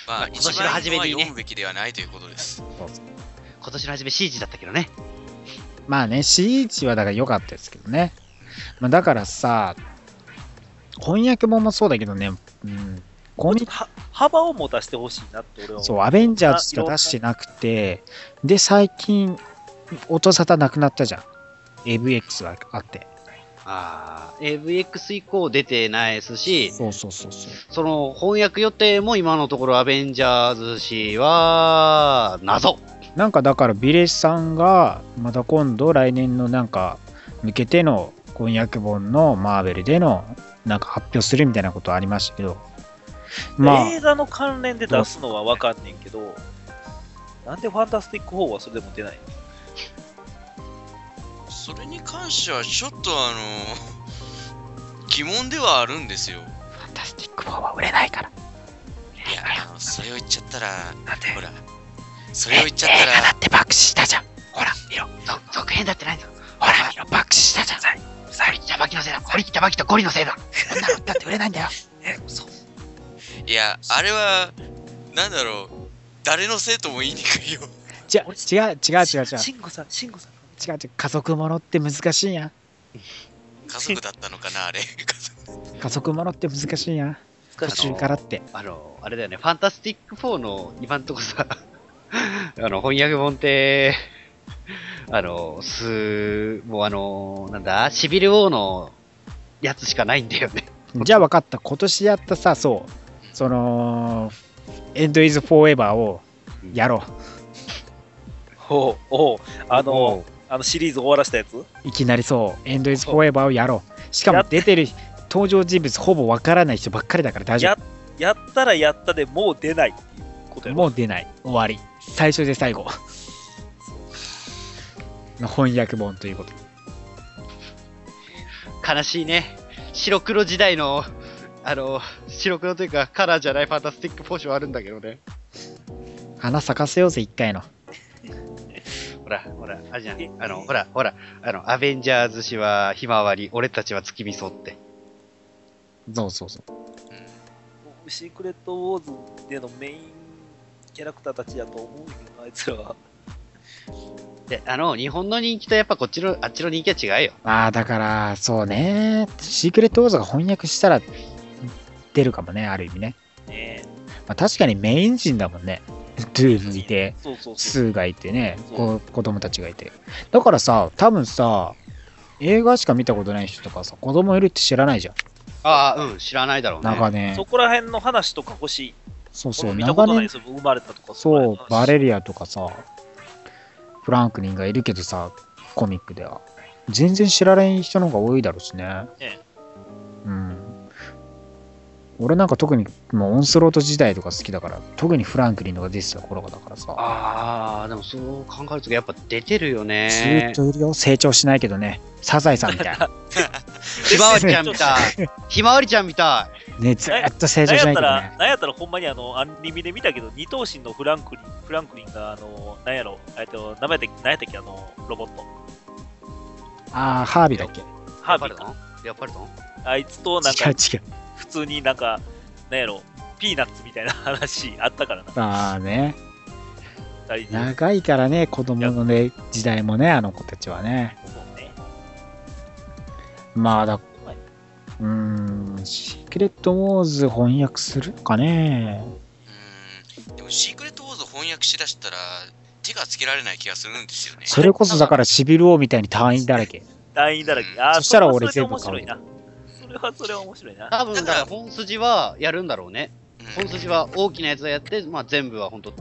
Speaker 5: まあ、
Speaker 1: 今
Speaker 5: 一
Speaker 1: 年の
Speaker 5: 番
Speaker 1: 初めにね
Speaker 5: は読むべきではないということです。
Speaker 1: 今年の初め CG だったけどね。
Speaker 3: まあね C1 はだから良かったですけどね、まあ、だからさ翻訳本もそうだけどねうんコミック
Speaker 4: は幅を持たせてほしいなって俺は
Speaker 3: そううアベンジャーズしか出してなくてで最近音沙汰なくなったじゃん AVX があって
Speaker 1: ああ、AVX 以降出てないですし、
Speaker 3: そうそうそうそう
Speaker 1: その翻訳予定も今のところアベンジャーズ氏は謎。
Speaker 3: なんかだからビレさんがまた今度来年のなんか向けての翻訳本のマーベルでのなんか発表するみたいなことありましたけどまあ
Speaker 4: 映画の関連で出すのは分かんねんけど、なんでファンタスティック4はそれでも出ない
Speaker 5: それに関しては、ちょっとあの、疑問ではあるんですよ。
Speaker 3: ファンタスティック4は売れないから
Speaker 5: いや、あの、それを言っちゃったら、
Speaker 3: なんで
Speaker 5: ほら、それを言っちゃったら、
Speaker 3: て爆死したじゃんほら見ろ
Speaker 1: そ続編だってないんだ。
Speaker 3: ほら見ろ爆死したじゃん
Speaker 1: ゴリキバキのせいだ。ゴリキバキとゴリのせいだ。
Speaker 3: そんなのだって売れないんだよ
Speaker 5: いや、あれは、なんだろう、誰のせいとも言いにくいよ。
Speaker 3: じゃ違う違う違う違う
Speaker 4: シンゴさん、シンゴさん。
Speaker 3: 違う違う家族ものって難しいやん
Speaker 5: 家族だったのかな、あれ。家族
Speaker 3: 家族ものって難しいやん途
Speaker 1: しい
Speaker 3: 中からって
Speaker 1: <laughs> あの、あれだよね、ファンタスティック4の今んとこさ、 <laughs> あの、翻訳本って、あの、す、もうあの、なんだ、シビル王のやつしかないんだよね。
Speaker 3: じゃあ分かった今年やったさそうそのエンドイズフォーエバーをやろ
Speaker 4: おうおうあの、あのシリーズ終わらせたやつ
Speaker 3: ういきなりそうエンドイズフォーエバーをやろうしかも出てる登場人物ほぼ分からない人ばっかりだから大丈
Speaker 4: ややったらやったでもう出ないっていうこ
Speaker 3: 夫
Speaker 4: とやろ。
Speaker 3: もう出ない終わり最初で最後の翻訳本ということ
Speaker 1: 悲しいね。白黒時代の、あの、白黒というかカラーじゃないファンタスティック4種はあるんだけどね。
Speaker 3: 花咲かせようぜ一回の
Speaker 1: ほら、ほら、あれじゃん。あの、ほら、ほら、あの、アベンジャーズ氏はひまわり、俺たちは月見そって。
Speaker 3: そうそうそう
Speaker 4: シークレットウォーズでのメインキャラクターたちやと思うよな、あいつらは。
Speaker 1: で、あの、日本の人気とやっぱこっちの、あっちの人気は違うよ。
Speaker 3: ああだからそうねシークレットウォーズが翻訳したら出るかもねある意味ね、
Speaker 4: ね
Speaker 3: まあ、確かにメイン人だもんねドゥームいて
Speaker 4: そうそうそう。
Speaker 3: スーがいてね
Speaker 4: そ
Speaker 3: こ
Speaker 4: う
Speaker 3: 子供たちがいてだからさ多分さ映画しか見たことない人とかさ子供いるって知らないじゃん
Speaker 1: ああ、うん、知らないだろうね。
Speaker 3: 長年
Speaker 4: そこら辺の話とか欲しい。
Speaker 3: そうそ
Speaker 4: 俺
Speaker 3: う
Speaker 4: 見たこ
Speaker 3: 長
Speaker 4: とない
Speaker 3: 年
Speaker 4: ですよ、生まれたとか。
Speaker 3: そうバレ
Speaker 4: る。
Speaker 3: リアとかさフランクリンがいるけどさコミックでは全然知らない人の方が多いだろうしね
Speaker 4: ね
Speaker 3: うん俺なんか特にもうオンスロート時代とか好きだから特にフランクリンとか出てた頃だからさ、
Speaker 1: ああ、でもそう考えるとやっぱ出てるよ
Speaker 3: ずー
Speaker 1: ね
Speaker 3: っ。といるよ成長しないけどねサザエさんみたい <laughs> な
Speaker 1: ひまわりちゃんみたい。ひまわりちゃんみたい。
Speaker 3: ねずーっと成
Speaker 4: なん
Speaker 3: 長し
Speaker 4: や
Speaker 3: ないけ
Speaker 4: っ
Speaker 3: ど
Speaker 4: たら
Speaker 3: ね、
Speaker 4: なんやったらほんまにあの、アンリミで見たけど、二頭身のフランクリン、フランクリンが、あの、なんやろ、えっと、名前だっけ、なんやったっけ、あの、ロボット。
Speaker 3: ああハービーだっけ
Speaker 4: ハービ
Speaker 1: パ
Speaker 4: ー
Speaker 1: ル
Speaker 4: か
Speaker 1: トンやっぱりの
Speaker 4: あいつとなん
Speaker 3: 違
Speaker 4: か
Speaker 3: う、違う
Speaker 4: 普通になんか、なんやろ、ピーナッツみたいな話あったからな、
Speaker 3: ああね
Speaker 4: 二人で。
Speaker 3: 長いからね子供のね時代もねあの子たちはね
Speaker 4: そうね。
Speaker 3: まあだうーんシークレットウォーズ翻訳するかね
Speaker 5: うーんでもシークレットウォーズ翻訳しだしたら手がつけられない気がするんですよね。
Speaker 3: それこそだからシビル王みたいに単位だらけ
Speaker 4: 団員だらけ。ああ、
Speaker 3: そしたら俺
Speaker 4: それはそれで面
Speaker 3: 全
Speaker 4: 白いな。それはそれは面白いな。
Speaker 1: 多分だから本筋はやるんだろうね。
Speaker 5: うん
Speaker 1: 本筋は大きなやつはやって、まあ全部は本当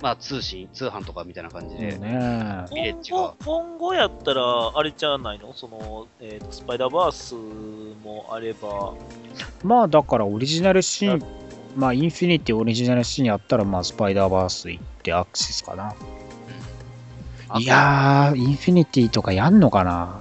Speaker 1: まあ通信、通販とかみたいな感じ
Speaker 3: だ
Speaker 1: で。
Speaker 3: よね
Speaker 1: ビレッ
Speaker 4: 今
Speaker 1: ジが
Speaker 4: 後、今後やったら、あれじゃないのその、えっ、と、スパイダーバースもあれば、
Speaker 3: まあだからオリジナルシーン、まあインフィニティオリジナルシーンやったらまあスパイダーバース行ってアクシスかな。いやー、インフィニティとかやんのかな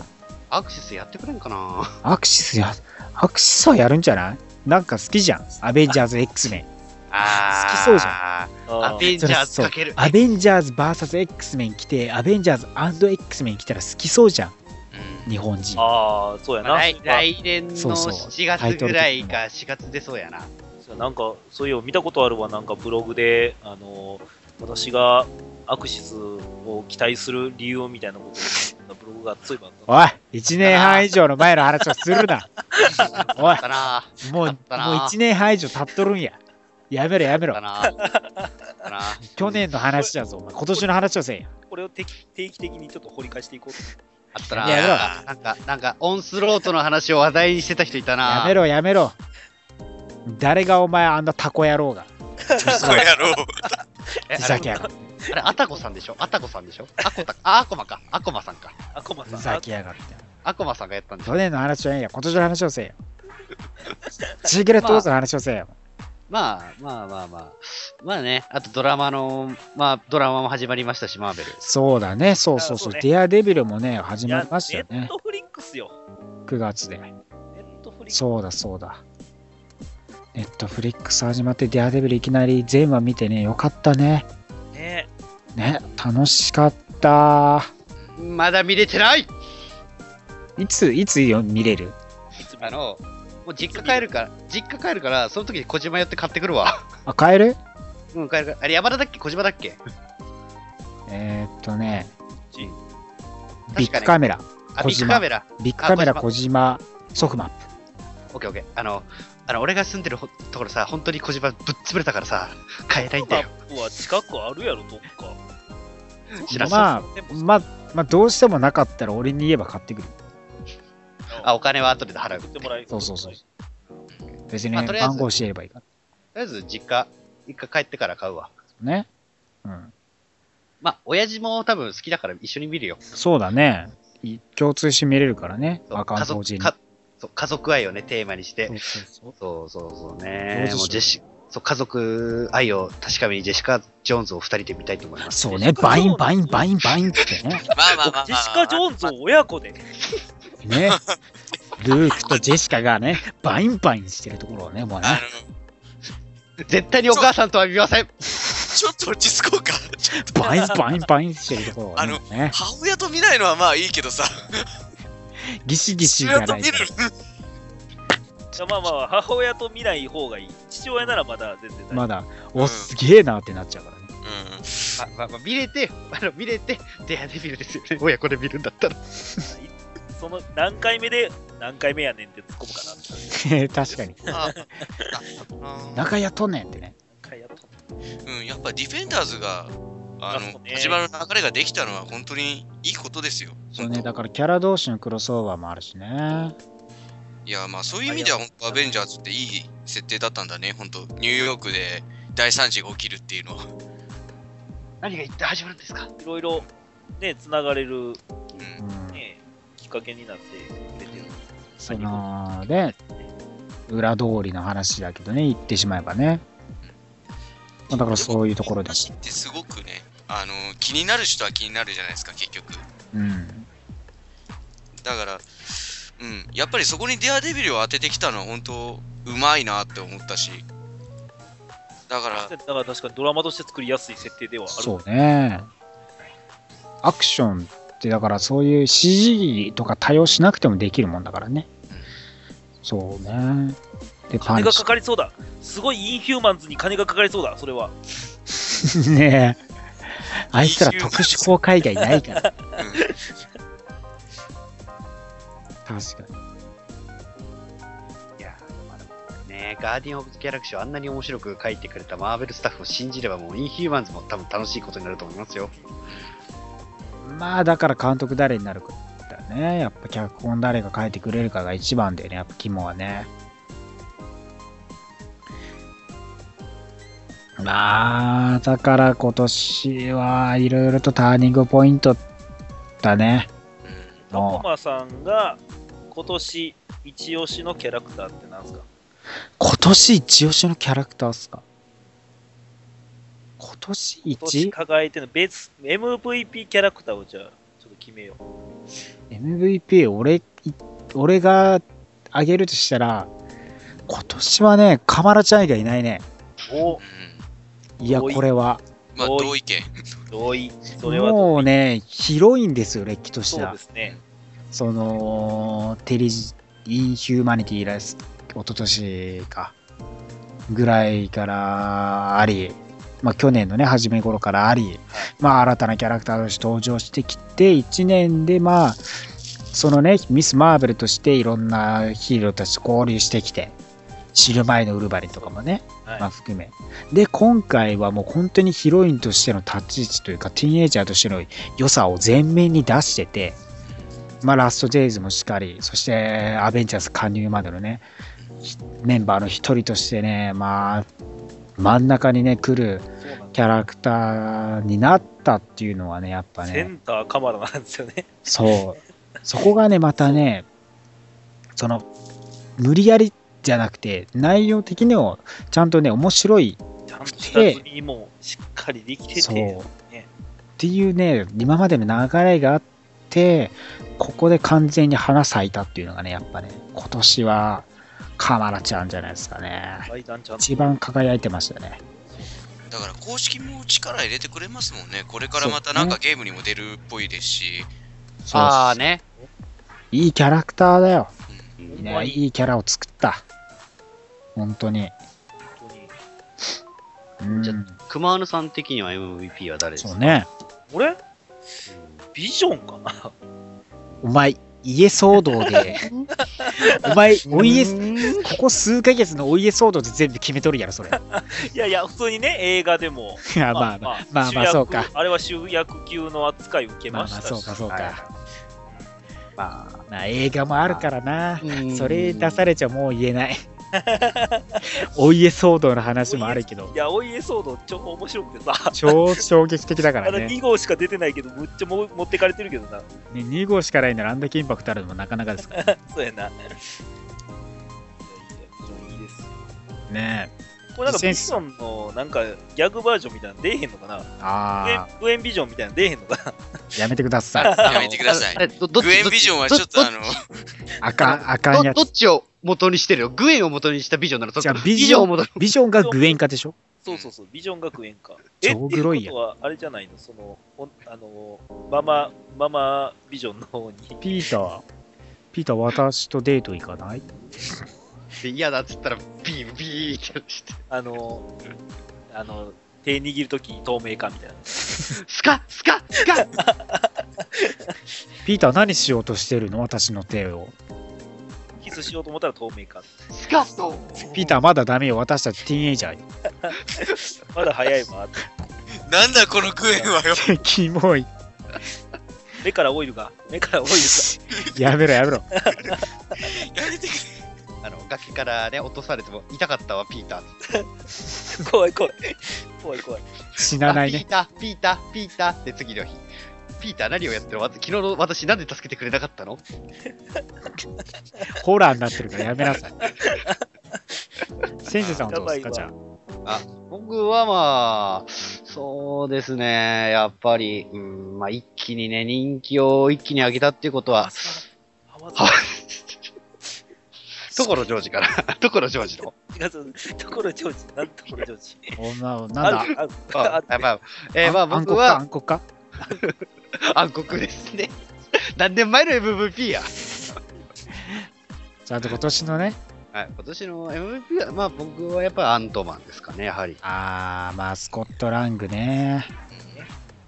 Speaker 1: アクシスやってくれんかな
Speaker 3: アクシスや、アクシスはやるんじゃないなんか好きじゃん。アベンジャーズ X メン。
Speaker 1: あ
Speaker 3: 好きそうじ
Speaker 1: ゃ
Speaker 4: あ
Speaker 1: ア
Speaker 4: ー
Speaker 1: ベンジャーズかける。
Speaker 3: アベンジャーズ VSX メン来て、アベンジャーズ &X メン来たら好きそうじゃん。
Speaker 5: うん
Speaker 3: 日本人。
Speaker 4: あー、そうやな。
Speaker 1: 来
Speaker 4: まあ
Speaker 1: 来年の
Speaker 3: そうそう
Speaker 1: 7月ぐらいか4月出そうやな。
Speaker 4: なんか、そういえば見たことあるわ、なんかブログで、あの、私がアクシスを期待する理由みたいなことを書いたブログがそういえばあった
Speaker 3: おい !1 年半以上の前の話をするなおい
Speaker 1: だなぁ。
Speaker 3: もう、も
Speaker 1: あ
Speaker 3: う
Speaker 1: ったな
Speaker 3: 1年半以上経っとるんや。やめろやめろ
Speaker 1: だ。なぁ。だなぁ。
Speaker 3: 去年の話だぞ、お前今年の話はせんや。
Speaker 4: これを定期定期的にちょっと掘り返していこうと思って。
Speaker 1: あったなぁ。
Speaker 3: やめろ
Speaker 1: なんか、なんか、オンスロートの話を話題にしてた人いたなぁ。
Speaker 3: やめろ、やめろ。誰がお前、あんなタコ野郎が。
Speaker 5: そうやろう。
Speaker 1: え
Speaker 3: ふざけやがって。
Speaker 1: あれ、あたこさんでしょあたこさんでしょあこた、あ、あこまか。あこまさんか。
Speaker 4: あ、コマ
Speaker 3: ふ
Speaker 4: さん
Speaker 3: ざ。けやがって。
Speaker 1: あこまさんがやったんでしょ
Speaker 3: 去年の話はええや、今年の話をせえよ。シークレットウォーズの話をせえよ。
Speaker 1: まあ、まあまあまあ。まあね、あとドラマの、まあ、ドラマも始まりましたし、マーベル。
Speaker 3: そうだね、そうそうそう。
Speaker 4: あそうね
Speaker 3: デアデビルもね、始
Speaker 4: い
Speaker 3: ま
Speaker 4: や
Speaker 3: りましたよ
Speaker 4: ネッ
Speaker 3: ね。
Speaker 4: トフリックスよ。
Speaker 3: 9月で。
Speaker 4: ネットフリックス。
Speaker 3: そうだ、そうだ。ネットフリックス始まって、デアデビルいきなり全話見てね、よかったね。
Speaker 4: ね。
Speaker 3: ね、楽しかった。
Speaker 1: まだ見れてない
Speaker 3: いつ、いつよ見れる
Speaker 4: いつ見
Speaker 1: あの、もう実家帰るから、実家帰るから、その時に小島寄って買ってくるわ。
Speaker 3: あ、買える
Speaker 1: <laughs> うん、帰るから。あれ、山田だっけ小島だっけ
Speaker 3: えーっとね、
Speaker 4: ち
Speaker 3: ビッグカメラ、
Speaker 1: あ、
Speaker 3: 小
Speaker 1: ビッグ
Speaker 3: 島
Speaker 1: カメラ。
Speaker 3: ビッグカメラ
Speaker 1: あ
Speaker 3: 小島ソフマッ
Speaker 1: オッケーオッケー。あの、あの俺が住んでるほところさ、本当に小島ぶっ潰れたからさ、買えないんだよ。
Speaker 4: コマップは近くあるやろ、どっか。
Speaker 1: 知ら
Speaker 3: プ。
Speaker 1: そう。
Speaker 3: まあ、まあ、まあ、どうしてもなかったら俺に言えば買ってくる。
Speaker 1: あ、お金は後で払う。
Speaker 4: 送っ
Speaker 1: と
Speaker 4: て
Speaker 1: り
Speaker 4: もらえ
Speaker 3: そうそうそう
Speaker 4: と
Speaker 3: 別に
Speaker 1: まあ
Speaker 3: ね
Speaker 1: とりあえず
Speaker 3: 番号教えればいいか
Speaker 1: あえず実家、一回帰ってから買うわ。
Speaker 3: らね。うん。
Speaker 1: まあ、親父も多分好きだから一緒に見るよ。
Speaker 3: そうだね。い共通して見れるからね。
Speaker 1: そう
Speaker 3: 若
Speaker 1: 家
Speaker 3: 者同時
Speaker 1: 族
Speaker 3: に。
Speaker 1: かそう家族愛をね、テーマにして
Speaker 3: そ。うそうそう
Speaker 1: そうそうそう
Speaker 3: どうで
Speaker 1: ね
Speaker 3: し。ょう
Speaker 1: もうジェシそう家族愛を確かめにジェシカ・ジョーンズを二人で見たいと思います。
Speaker 3: そうね。バイン、バイン、バイン、バインってね。
Speaker 5: まあまあまあまあまあ。
Speaker 4: ジェシカ・ジョーンズを親子で。
Speaker 3: <laughs> ね。ルークとジェシカがね、バインバインしてるところをね、もう
Speaker 5: あ
Speaker 3: ね、
Speaker 5: の、
Speaker 1: 絶対にお母さんとは見ません
Speaker 5: ちょっと落ち着こうか。 <laughs> ちょっと
Speaker 3: バインバインバインしてるところを
Speaker 5: あ
Speaker 3: ね
Speaker 5: の
Speaker 3: もうね、
Speaker 5: 母親と見ないのはまあいいけどさ。
Speaker 3: ギシギシ
Speaker 5: 父
Speaker 3: じゃ
Speaker 5: 親と
Speaker 3: ないけ
Speaker 5: 見る
Speaker 3: ど。
Speaker 4: いやまあまあ、母親と見ない方がいい。父親ならまだ全然大丈夫。
Speaker 3: まだ、お、すげえなってなっちゃうからね。
Speaker 5: うん。
Speaker 1: まあまあまあ、見れて、あの見れて、デアデビルですよね。親子で見るんだったら。
Speaker 4: その何回目で何回目やねんって突っ込むかなって。
Speaker 3: <laughs> 確かに。
Speaker 5: ああ
Speaker 3: 中やっとんねんってね。
Speaker 4: 何回やっとん
Speaker 5: うん、やっぱディフェンダーズが、あ
Speaker 4: あそ
Speaker 5: の
Speaker 4: う、ね
Speaker 5: 始まる流れができたのは本当にいいことですよ。
Speaker 3: そう
Speaker 5: 本
Speaker 3: ね、
Speaker 5: 当
Speaker 3: だからキャラ同士のクロスオーバーもあるしね。
Speaker 5: いや、まあそういう意味では本当アベンジャーズっていい設定だったんだね。本当ニューヨークで大惨事が起きるっていうのは。
Speaker 1: 何が一体始まるんですか
Speaker 4: いろいろ、ね、つながれる、
Speaker 5: うん
Speaker 3: うん
Speaker 4: ね、きっかけになってくれてる。
Speaker 3: そので、裏通りの話だけどね、言ってしまえばね。まあだからそういうところだし。
Speaker 5: ってすごくね、あの気になる人は気になるじゃないですか、結局。
Speaker 3: うん。
Speaker 5: だから、うん、やっぱりそこにデアデビルを当ててきたのは本当うまいなって思ったし、だから、
Speaker 4: だから確かにドラマとして作りやすい設定ではある。
Speaker 3: そうね。アクションって、だからそういう CG とか対応しなくてもできるもんだからね。そうね。で、パ
Speaker 4: 金
Speaker 3: ン
Speaker 4: が
Speaker 3: チ
Speaker 4: か。かりそうだ。すごいインヒューマンズに金がかかりそうだ、それは。
Speaker 3: <laughs> ねえ。あいつら特殊公開以外ないから。確
Speaker 5: う
Speaker 3: か
Speaker 5: ん、
Speaker 3: に。
Speaker 1: いやーまあでもねガーディアン・オブ・ギャラクシーをあんなに面白く書いてくれたマーベルスタッフを信じればもうインヒューマンズも多分楽しいことになると思いますよ。
Speaker 3: まあ、だから監督誰になるかだね。やっぱ脚本誰が書いてくれるかが一番だよね。やっぱ肝はね。まあ、だから今年はいろいろとターニングポイントだね。
Speaker 5: うん
Speaker 4: コ
Speaker 3: もう
Speaker 4: マさんが今年一押しのキャラクターってなんですか
Speaker 3: 今年一押しのキャラクターっすか今年
Speaker 4: 今年
Speaker 3: 1?
Speaker 4: 輝いてるのベス MVP キャラクターをじゃあちょっと決めよう。
Speaker 3: MVP 俺い俺が挙げるとしたら今年はねカマラちゃん以外いないね
Speaker 4: お
Speaker 3: いや
Speaker 4: おい
Speaker 3: これは
Speaker 5: まあ、
Speaker 4: 同意
Speaker 5: 同意見。
Speaker 4: 同意。それは同意
Speaker 3: もうね広いんですよれっきとして
Speaker 4: そう
Speaker 3: は
Speaker 4: ですね。
Speaker 3: そのテリジインヒューマニティラス一昨年かぐらいからあり、まあ、去年のね初め頃からあり、まあ、新たなキャラクターとして登場してきて1年でまあそのねミス・マーベルとしていろんなヒーローたちと交流してきて知る前のウルヴァリンとかもね、
Speaker 4: はい
Speaker 3: まあ、含めで今回はもう本当にヒロインとしての立ち位置というかティーンエイジャーとしての良さを前面に出してて、まあ、ラスト・ジェイズもしっかりそしてアベンジャーズ加入までのねメンバーの一人としてねまあ真ん中にね来る
Speaker 4: そうなん
Speaker 3: キャラクターになったっていうのはねやっぱ
Speaker 4: セ
Speaker 3: ね
Speaker 4: ンターカマラなんですよね。
Speaker 3: そうそこがねまたねその無理やりじゃなくて内容的にもちゃんとね面白い
Speaker 4: ちゃんと下積みもしっかりできて
Speaker 3: そう
Speaker 4: て。
Speaker 3: っていうね今までの流れがあってここで完全に花咲いたっていうのがねやっぱね今年はカマラちゃんじゃないですかね
Speaker 4: 階段ちゃんと
Speaker 3: 一番輝いてましたね
Speaker 5: だから公式も力入れてくれますもんね。これからまたなんかゲームにも出るっぽいですし、
Speaker 3: そう
Speaker 1: ああね。
Speaker 3: いいキャラクターだよ、
Speaker 1: う
Speaker 3: ね
Speaker 1: ん
Speaker 3: いいキャラを作った本当に
Speaker 4: 本当に
Speaker 3: うん
Speaker 1: じゃ熊野さん的には MVP は誰ですか
Speaker 3: そうね
Speaker 4: 俺ビジョン
Speaker 3: <laughs>
Speaker 4: かな
Speaker 3: お前家騒動で
Speaker 1: <laughs>
Speaker 3: お前お家
Speaker 1: う
Speaker 3: こ
Speaker 1: ーん
Speaker 3: こ数ヶ月のお家騒動で全部決めとるやろ
Speaker 1: <laughs>
Speaker 3: それあ
Speaker 4: いやいや、普通にね、映画でも。
Speaker 3: まあまあまあ
Speaker 4: あ
Speaker 3: まあまあ
Speaker 4: 主役
Speaker 3: そうか
Speaker 4: あれは主役級の扱いを受け
Speaker 3: まあ
Speaker 4: ま
Speaker 3: まあ
Speaker 4: したし。
Speaker 3: そうかそうか、
Speaker 1: はいま
Speaker 3: まあ映画もあるからな
Speaker 1: あ、うん
Speaker 3: それ出されちゃもう言えないお家騒動の話もあるけど
Speaker 4: いや、お家騒動、超面白くてさ。
Speaker 3: 超衝撃的だか
Speaker 4: <laughs> あ
Speaker 3: ら
Speaker 4: の
Speaker 3: ね
Speaker 4: 2号しか出てないけど、むっちゃも持ってかれてるけどな。
Speaker 3: ね2号しかないならあんだけインパクトあるのもなかなかですから
Speaker 4: そうやな。いやいやビジョンいいですよ
Speaker 3: ね
Speaker 4: これなんか
Speaker 3: セ
Speaker 4: ビ
Speaker 3: ン
Speaker 4: ジ
Speaker 3: ス
Speaker 4: ョンのなんかギャグバージョンみたいなの出えへんのかな
Speaker 3: あ
Speaker 4: グエンビジョンみたいなの出えへんのかな
Speaker 3: あやめてくだ
Speaker 5: <laughs>
Speaker 3: さい
Speaker 5: やめてください
Speaker 1: <laughs> あれどどっち
Speaker 5: グエンビジョンはちょっとあの、
Speaker 3: あかんあかんや
Speaker 1: どど
Speaker 3: つ
Speaker 1: っちを元にしてるのグエンを元にしたビジョンなのそれ
Speaker 3: じゃ
Speaker 1: と
Speaker 3: あ
Speaker 1: も
Speaker 3: ビジョン
Speaker 1: を元に
Speaker 3: ビジョンがグエン化でしょ
Speaker 4: <laughs> そうそうそう、ビジョン学園か。
Speaker 3: 超
Speaker 4: えって
Speaker 3: グロいやん
Speaker 4: うことはあれじゃないのその、おあの、ママ、ママビジョンの方に。
Speaker 3: ピーターピーター私とデート行かない
Speaker 1: って嫌だっつったらビービーってして
Speaker 4: あの、あの、手握るとき透明化みたいな。
Speaker 1: スカスカスカ
Speaker 3: ピーター何しようとしてるの私の手を
Speaker 4: キスしようと思ったら透明化。
Speaker 1: スカッと
Speaker 3: ピーターまだダメよ私たちティーンエイジャーよ
Speaker 4: まだ早いわ。
Speaker 5: なんだこの <laughs> グエンはよ。
Speaker 3: <laughs> キモい
Speaker 4: 目からオイルが、目からオイル
Speaker 3: <laughs> やめろやめろ
Speaker 5: やめてくれ
Speaker 1: あの崖からね落とされても痛かったわピーター
Speaker 4: が。怖い怖い。怖い怖い。
Speaker 3: 死なない
Speaker 1: あ
Speaker 3: ね
Speaker 1: ピーターピーターピーターって次の日ピーター何をやってるのわた昨日の私なんで助けてくれなかったの
Speaker 3: ホラーになってるからやめなさい。先生さんはどうですか
Speaker 4: やばいわ
Speaker 3: じゃあ。
Speaker 1: 僕はまあ、そうですね、やっぱり、うん、まあ一気にね、人気を一気に上げたっていうことは、
Speaker 4: 浜
Speaker 1: は
Speaker 3: <laughs>
Speaker 4: 田、
Speaker 1: 所ジョージから、所ジョージの。
Speaker 4: 違う、ところジョージ、なんところジョージ。
Speaker 3: 女をなんだ
Speaker 4: ある、ある、あ
Speaker 1: あ
Speaker 4: る
Speaker 1: やっぱ、えーまあ
Speaker 3: 暗
Speaker 1: 僕
Speaker 3: 黒か
Speaker 1: は
Speaker 3: 暗黒か
Speaker 1: 暗黒ですね。何年前の MVP や。
Speaker 3: ちゃんと今年のね、
Speaker 1: はい、今年の MVP は、まあ僕はやっぱりアントマンですかね、やはり。
Speaker 3: あー、まあスコットラングね。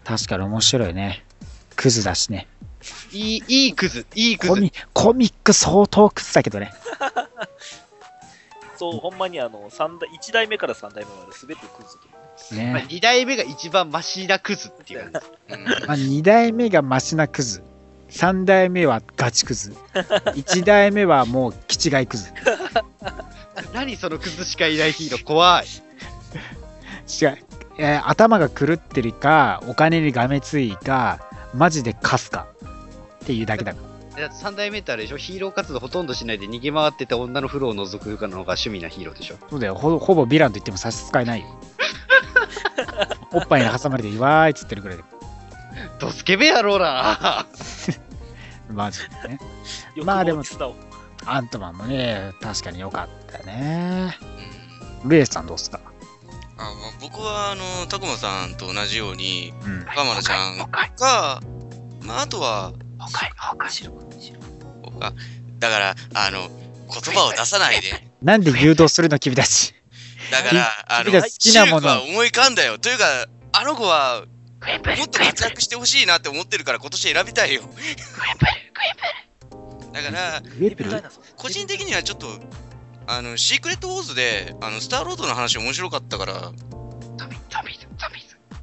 Speaker 3: 確かに面白いね。クズだしね。
Speaker 1: いい、いいクズ、いいク
Speaker 3: コ
Speaker 1: ズ。
Speaker 3: ミコミック相当クズだけどね。
Speaker 4: そう、ほんまにあの、三代、1代目から3代目まで全てクズ
Speaker 1: まあ、
Speaker 3: ね。
Speaker 1: 2代目が一番マシなクズっていう感じです。
Speaker 5: うん
Speaker 3: まあ、2代目がマシなクズ。3代目はガチ
Speaker 1: <laughs>
Speaker 3: クズ。1代目はもう気違いクズ。
Speaker 1: 何そのクズしかいないヒーロー怖い。
Speaker 3: 違う、えー頭が狂ってるかお金にがめついかマジでカスかっていうだけだから
Speaker 1: だって3代目ってあれでしょヒーロー活動ほとんどしないで逃げ回ってて女の風呂を覗くのが趣味なヒーローでしょ
Speaker 3: そうだよほほぼヴィランと言っても差し支えないよおっぱいに挟まれて「わーい」っつってるぐらいで
Speaker 1: ドスケベ野郎だ
Speaker 3: マジでね
Speaker 4: よ。
Speaker 3: まあでも
Speaker 4: 欲望を伝おう
Speaker 3: アントマンもね確かに良かったね
Speaker 5: うん
Speaker 3: ルエさんどうっすか
Speaker 5: あまあ僕はあのタコマさんと同じように
Speaker 3: うん
Speaker 5: カマラちゃん
Speaker 3: 他
Speaker 5: か、まあ、あとは
Speaker 3: 他他
Speaker 4: 白くて白くて
Speaker 5: あだからあの言葉を出
Speaker 3: <laughs>
Speaker 5: さないで
Speaker 3: なんで誘導するの君た <laughs> ち
Speaker 5: だからあの
Speaker 3: 君たち好きなもの
Speaker 5: シルクは思い浮かんだよというかあの子はもっと活躍してほしいなって思ってるから今年選びたいよだから
Speaker 3: ウェプ
Speaker 4: みたい
Speaker 3: ル
Speaker 4: なそう
Speaker 5: 個人的にはちょっとあのシークレットウォーズであのスターロードの話面白かったから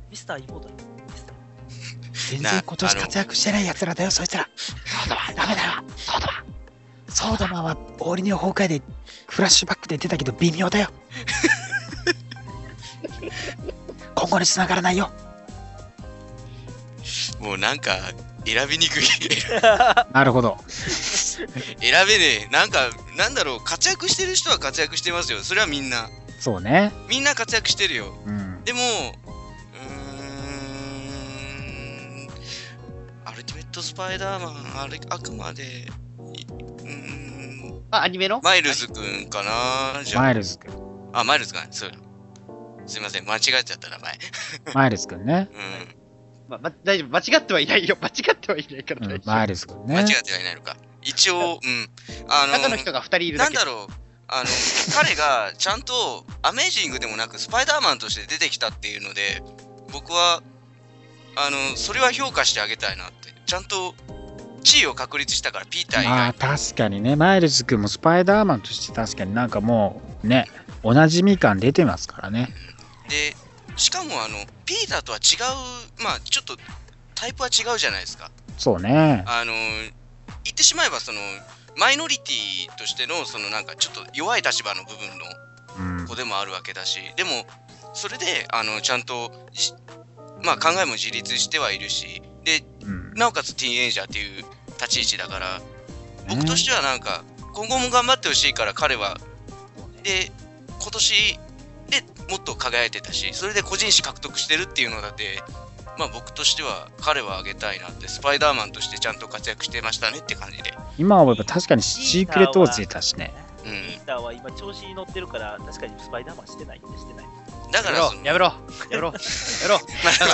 Speaker 4: ミスター妹に。ミスター
Speaker 3: 全然今年活躍してない奴らだよそいつらそうだわダメだわそうだわそうだまはオールニオ崩壊でフラッシュバックで出たけど微妙だ
Speaker 5: <laughs>
Speaker 3: よ今後に繋がらないよ
Speaker 5: もうなんか選びにくい <laughs> 選
Speaker 3: なるほど
Speaker 5: べねえなんかなんだろう活躍してる人は活躍してますよそれはみんな
Speaker 3: そうね
Speaker 5: みんな活躍してるよ
Speaker 3: うん
Speaker 5: でも、うーん、アルティメット・スパイダーマン、あれ、あくまで、いうーん、
Speaker 1: あ、アニメの
Speaker 5: マイルズくんかなじゃ
Speaker 3: マイルズくん
Speaker 5: あ、あ、マイルズくん、そう。すいません、間違えちゃった名前。
Speaker 3: マイルズくんね、
Speaker 1: まま大丈夫、間違ってはいないよ。間違ってはいないか
Speaker 3: う
Speaker 1: ら
Speaker 3: ん
Speaker 1: 大、
Speaker 3: マイ
Speaker 1: 丈
Speaker 3: ルズくん
Speaker 5: うん、間
Speaker 3: ね
Speaker 5: 違ってはいないのか。一応、うん、あ
Speaker 1: 夫。
Speaker 5: の、
Speaker 1: 中の人が2人いるだ
Speaker 5: なん
Speaker 1: け。
Speaker 5: だろう、あの、 <laughs> 彼がちゃんとアメージングでもなく、スパイダーマンとして出てきたっていうので、僕は、あの、それは評価してあげたいなって。ちゃんと地位を確立したから、ピーター以
Speaker 3: ま
Speaker 5: 外
Speaker 3: あ確かにねマイルズくんもスパイダーマンとして確かになんかもうねおなじみ感出てますからね
Speaker 5: で、しかも、あの、ピーターとは違う、まあ、ちょっとタイプは違うじゃないですか。
Speaker 3: そうね
Speaker 5: あの、言ってしまえば、その、マイノリティとしての、そのなんかちょっと弱い立場の部分の
Speaker 3: うん
Speaker 5: 子でもあるわけだしでもそれであのちゃんとしまあ考えも自立してはいるしで
Speaker 3: うん
Speaker 5: なおかつティーンエイジャーっていう立ち位置だから
Speaker 3: ね
Speaker 5: 僕としてはなんか今後も頑張ってほしいから彼は
Speaker 4: そうね
Speaker 5: で今年でもっと輝いてたしそれで個人誌獲得してるっていうのだってまあ僕としては彼はあげたいなってスパイダーマンとしてちゃんと活躍してましたねって感じで
Speaker 3: 今思えば確かにシークレットウォーズ出たしね
Speaker 5: う
Speaker 4: ミ
Speaker 5: ん
Speaker 4: スターは今調子に乗ってるから、確かにスパイダーマンしてないってしてない。
Speaker 5: だからその
Speaker 1: やめろ、やめろ、やめろ。
Speaker 5: <laughs> ス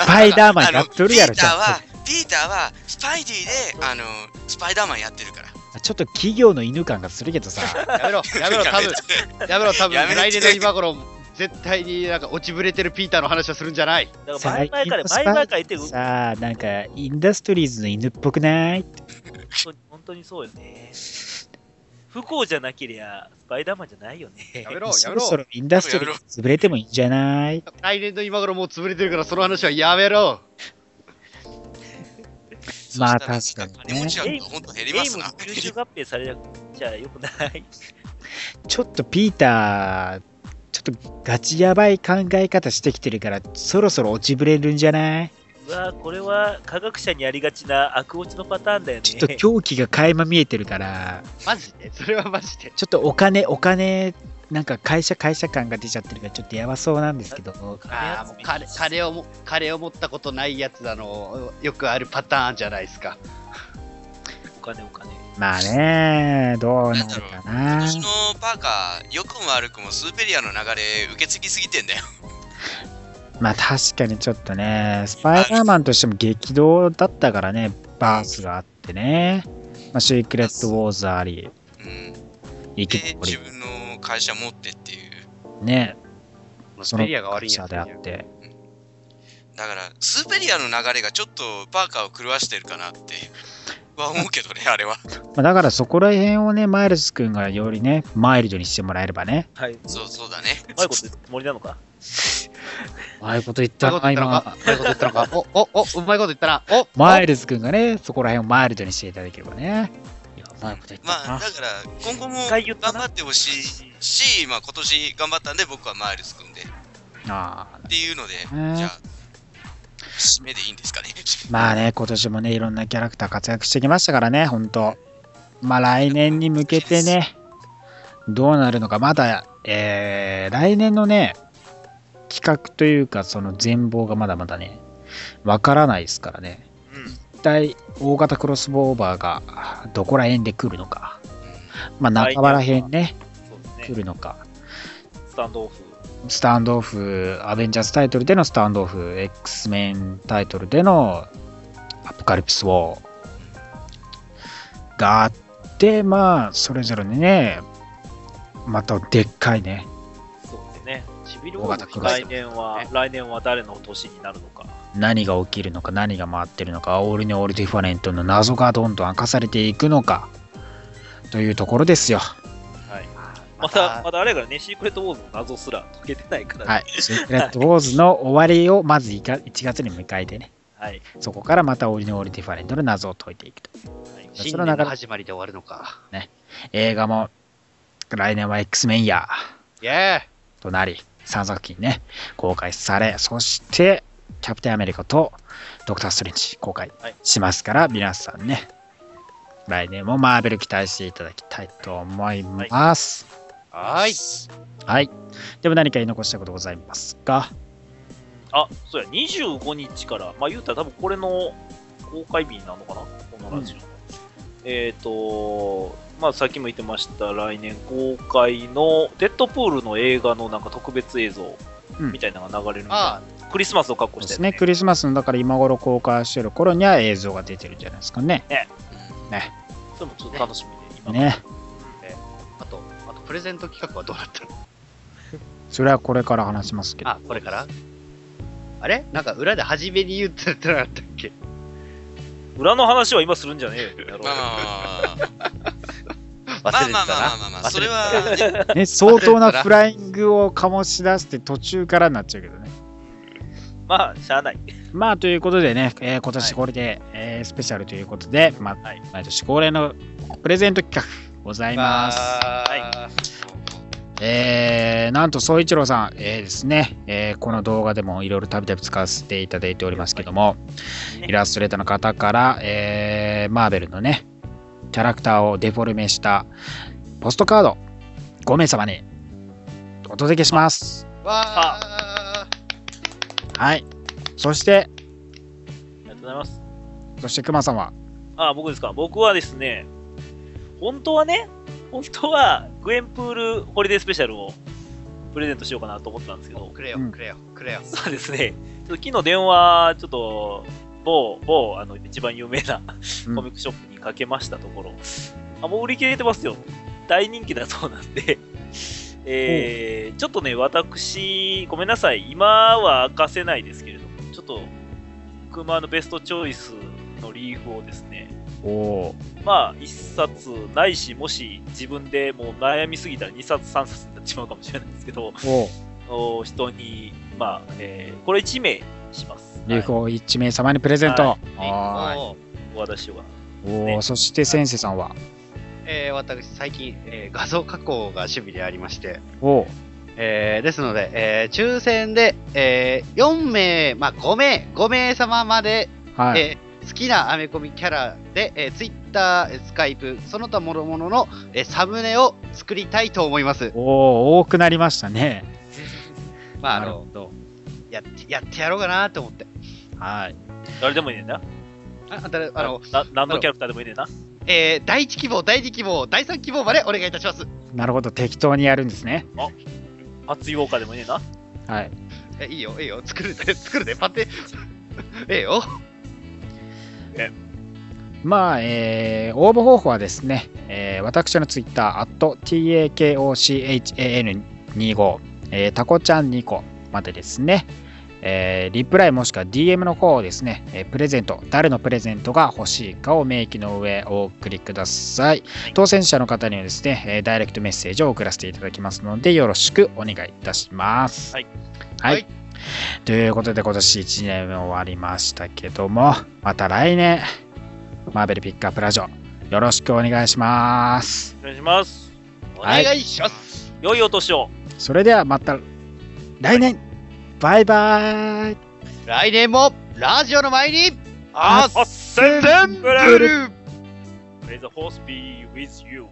Speaker 3: パイダーマンやっとるやろ
Speaker 5: ピーター
Speaker 3: ちゃ
Speaker 5: は、ピーターは、スパイディで、あの、スパイダーマンやってるから。
Speaker 3: ちょっと企業の犬感がするけどさ
Speaker 1: やめろ、やめろ、多分、やめろ、多
Speaker 5: や
Speaker 1: 分、
Speaker 5: めて
Speaker 1: 来年の今頃、絶対になんか落ちぶれてるピーターの話をするんじゃない。
Speaker 4: だから前々から、前々から言ってる、
Speaker 3: さあなんかインダストリーズの犬っぽくない
Speaker 4: 本当に本当にそうよね。不幸じゃなけりゃ、スパイダーマンじゃないよね
Speaker 1: や。めろ、や
Speaker 3: そ
Speaker 1: め
Speaker 3: ろ
Speaker 1: ろ。
Speaker 3: そろインダストリーズ潰れてもいいんじゃない
Speaker 1: 来年の今頃もう潰れてるから、その話はやめろ。
Speaker 3: まあ
Speaker 5: そ
Speaker 3: 確
Speaker 5: し
Speaker 3: か
Speaker 5: たら
Speaker 3: に
Speaker 5: 金
Speaker 3: ね
Speaker 5: 持ちなんかほんと減
Speaker 4: ゲ
Speaker 5: り
Speaker 4: ーム
Speaker 5: ますな。
Speaker 4: 吸収合併されちゃよくない。 <laughs>
Speaker 3: ちょっとピーターちょっとガチやばい考え方してきてるからそろそろ落ちぶれるんじゃないう
Speaker 4: わこれは科学者にありがちな悪落ちのパターンだよね。
Speaker 3: ちょっと狂気が垣間見えてるから
Speaker 1: マジでそれはマジで。
Speaker 3: ちょっとお金お金なんか会社会社感が出ちゃってるからちょっとやばそうなんですけど、
Speaker 1: ああ、もう彼彼をも、彼を持ったことないやつだの、よくあるパターンじゃないですか。
Speaker 4: お金お金。
Speaker 3: まあね、どうなるか
Speaker 5: 今
Speaker 3: な。
Speaker 5: 年のパーカー、良くも悪くもスーペリアの流れ受け継ぎすぎてんだよ。
Speaker 3: まあ確かにちょっとね、スパイダーマンとしても激動だったからね、バースがあってね、まあ、シークレットウォーズあり、
Speaker 5: うん、
Speaker 3: 生き
Speaker 5: で、
Speaker 3: 残
Speaker 5: 自
Speaker 3: り、
Speaker 5: 分の会社持ってっていう。
Speaker 3: ね、
Speaker 1: スペリアが悪いんや
Speaker 3: 者
Speaker 1: つ
Speaker 3: であって。
Speaker 5: だから、スーペリアの流れがちょっとパーカーを狂わしてるかなっては思う
Speaker 3: <laughs>
Speaker 5: けどね、あれは。
Speaker 3: まあ、だからそこら辺をね、マイルズ君がよりね、マイルドにしてもらえればね。
Speaker 4: はい。う
Speaker 5: そうそうだね。
Speaker 4: まいこと言ってつもりなのか
Speaker 3: ああいうこと言っ
Speaker 1: うま
Speaker 3: た
Speaker 1: いこと言ったのかうま
Speaker 3: 今。
Speaker 1: いこと言ったのか。お、お、お、うまいこと言ったな。お、
Speaker 3: マイルズ君がね、そこら辺をマイルドにしていただければね。いや、うまいこと言ったな。
Speaker 5: まあ、だから、今後も
Speaker 4: 一
Speaker 5: 頑
Speaker 4: 回言ったな
Speaker 5: 張ってほしいし、まあ、今年頑張ったんで、僕はマイルス君で。っ
Speaker 3: ああ
Speaker 5: ていうので、
Speaker 3: うん
Speaker 5: じゃあ、締めでいいんですかね。
Speaker 3: まあね、今年もね、いろんなキャラクター活躍してきましたからね、本当まあ来年に向けてね、どうなるのか、まだ、えー、来年のね、企画というか、その全貌がまだまだね、わからないですからね。一体、大型クロスボーバーがどこら辺で来るのか、まあ中原辺ね、
Speaker 4: そうです
Speaker 3: 来
Speaker 4: ね。
Speaker 3: るのか、
Speaker 4: スタンドオフ。
Speaker 3: スタンドオフ、アベンジャーズタイトルでのスタンドオフ、X メンタイトルでのアポカリプスウォーがあって、まあ、それぞれにね、またでっかいね、
Speaker 4: そうですね。
Speaker 1: シビル
Speaker 3: 大型クロス
Speaker 4: 来年は、来年は誰の年になるのか。
Speaker 3: 何が起きるのか、何が回ってるのか、オールネオールディファレントの謎がどんどん明かされていくのか、というところですよ。
Speaker 4: はい。
Speaker 1: ま
Speaker 4: ま
Speaker 1: た
Speaker 4: た、またあれやからね、シークレットウォーズの謎すら解けてないからね。
Speaker 3: はい。シークレットウォーズの終わりをまずいか1月に迎えてね、
Speaker 4: はい。
Speaker 3: そこからまたオールネオールディファレントの謎を解いていくと。
Speaker 1: 新年の始まりで終わるのか。
Speaker 3: 映画も来年は X メンイヤ
Speaker 1: イェーイ
Speaker 3: ーとなり3作品ね公開されそしてキャプテンアメリカとドクター・ストレンジ公開
Speaker 4: はい
Speaker 3: しますから、皆さんね来年もマーベル期待していただきたいと思います
Speaker 1: はーい。
Speaker 3: はい、でも何か言い残したことございますか
Speaker 4: あ、そうや、25日から、まあ言うたら多分これの公開日なのかなこのラジオの。えっ、と、まあさっきも言ってました、来年公開の、デッドプールの映画のなんか特別映像
Speaker 3: うん
Speaker 4: みたいなのが流れるんで、
Speaker 1: あ
Speaker 4: クリスマスを確
Speaker 3: そ
Speaker 4: 保
Speaker 3: う
Speaker 4: し
Speaker 3: で
Speaker 4: て、
Speaker 3: すねクリスマスのだから今頃公開してる頃には映像が出てるんじゃないですかね
Speaker 4: それもちょっと楽しみで、今、
Speaker 3: ね
Speaker 1: あと、あと、プレゼント企画はどうなったの
Speaker 3: それはこれから話しますけど
Speaker 1: あ、これからあれなんか裏で初めに言ってなかったっけ
Speaker 4: 裏の話は今するんじゃねえよ
Speaker 3: <laughs>
Speaker 4: やろう。
Speaker 5: まあまあまあ
Speaker 1: 忘れてたな。
Speaker 5: まあまあまあまあまあまあ、それは
Speaker 1: 忘れてたな、
Speaker 5: ね
Speaker 3: ね相当なフライングを醸し出して途中からになっちゃうけどね
Speaker 4: まあ、しゃあない。
Speaker 3: まあということでね、えー今年これで、えースペシャルということで、まあ
Speaker 4: はい
Speaker 3: 毎年恒例のプレゼント企画ございます。
Speaker 1: は
Speaker 3: えーなんと総一郎さん、えーですね、えーこの動画でもいろいろたびたび使わせていただいておりますけども、
Speaker 4: ね
Speaker 3: イラストレーターの方から、えーマーベルのね、キャラクターをデフォルメしたポストカード5名様にお届けします。
Speaker 1: い。わ
Speaker 3: はい。そして、
Speaker 4: ありがとうございます。
Speaker 3: そして熊さんは、
Speaker 4: あ、僕ですか。僕はですね、本当はね、本当は、グエンプールホリデースペシャルをプレゼントしようかなと思ったんですけど
Speaker 1: ー。、くれよ
Speaker 3: うん、
Speaker 1: くれよ、くれよ。
Speaker 4: そうですね、ちょっと昨日電話、ちょっと、某、某、あの、一番有名な
Speaker 3: うん
Speaker 4: コミックショップにかけましたところ、あ、もう売り切れてますよ。大人気だそうなんで、えーちょっとね、私、ごめんなさい、今は明かせないですけれども、ちょっと、熊のベストチョイスのリーフをですね、
Speaker 3: おー
Speaker 4: まあ、1冊ないし、もし自分でもう悩みすぎたら2冊、3冊になってしまうかもしれないですけど、 <laughs>
Speaker 3: おー
Speaker 4: お人に、まあ、えーこれ1名します。
Speaker 3: 流行1名様にプレゼント。は
Speaker 4: はい
Speaker 1: もう
Speaker 4: はいお渡しは。
Speaker 3: いおーそして先生さんは、
Speaker 1: えー私、最近、えー画像加工が趣味でありまして、
Speaker 3: おー
Speaker 1: えーですので、えー抽選で、え4名、まあ、5名、5名様まで、
Speaker 3: はい。
Speaker 1: え好きなアメコミキャラで、えー、Twitter、えー Skype、その他諸々の、えーサムネを作りたいと思います。
Speaker 3: おー多くなりましたね。
Speaker 1: まあ、あ
Speaker 3: なる
Speaker 1: の
Speaker 3: ほ、ど。
Speaker 1: やって、やってやろうかなと思って。
Speaker 3: はい。
Speaker 4: 誰でもいいねんな。
Speaker 1: あ、あんたらあの、
Speaker 4: な何のキャラクターでもいいねんな。
Speaker 1: えー第1希望、第2希望、第3希望までお願いいたします。
Speaker 3: なるほど。適当にやるんですね。
Speaker 4: 初ウォーカーでもいいねんな。
Speaker 3: はい。
Speaker 1: えいいよ、いいよ、作るで、作るで、パって。 <laughs> ええよ。
Speaker 3: まあ、えー応募方法はですね、えー私のツイッター、takochan25、えータコちゃん2個までですね、えーリプライもしくは DM の方をですね、えープレゼント、誰のプレゼントが欲しいかを明記の上お送りください。当選者の方にはですね、えーダイレクトメッセージを送らせていただきますので、よろしくお願いいたします。
Speaker 4: はい。
Speaker 3: はい。
Speaker 1: はい
Speaker 3: ということで、今年1年目終わりましたけども、また来年、マーベルピックアップラジオ、よろしくお願いします。
Speaker 4: お願いします。
Speaker 1: お
Speaker 3: はい
Speaker 1: 願いします。
Speaker 4: 良いお年を。
Speaker 3: それではまた来年、バイバイ
Speaker 1: 来年も、ラジオの前に、
Speaker 4: あっせん
Speaker 1: 全部
Speaker 4: ブルー May the force be with you.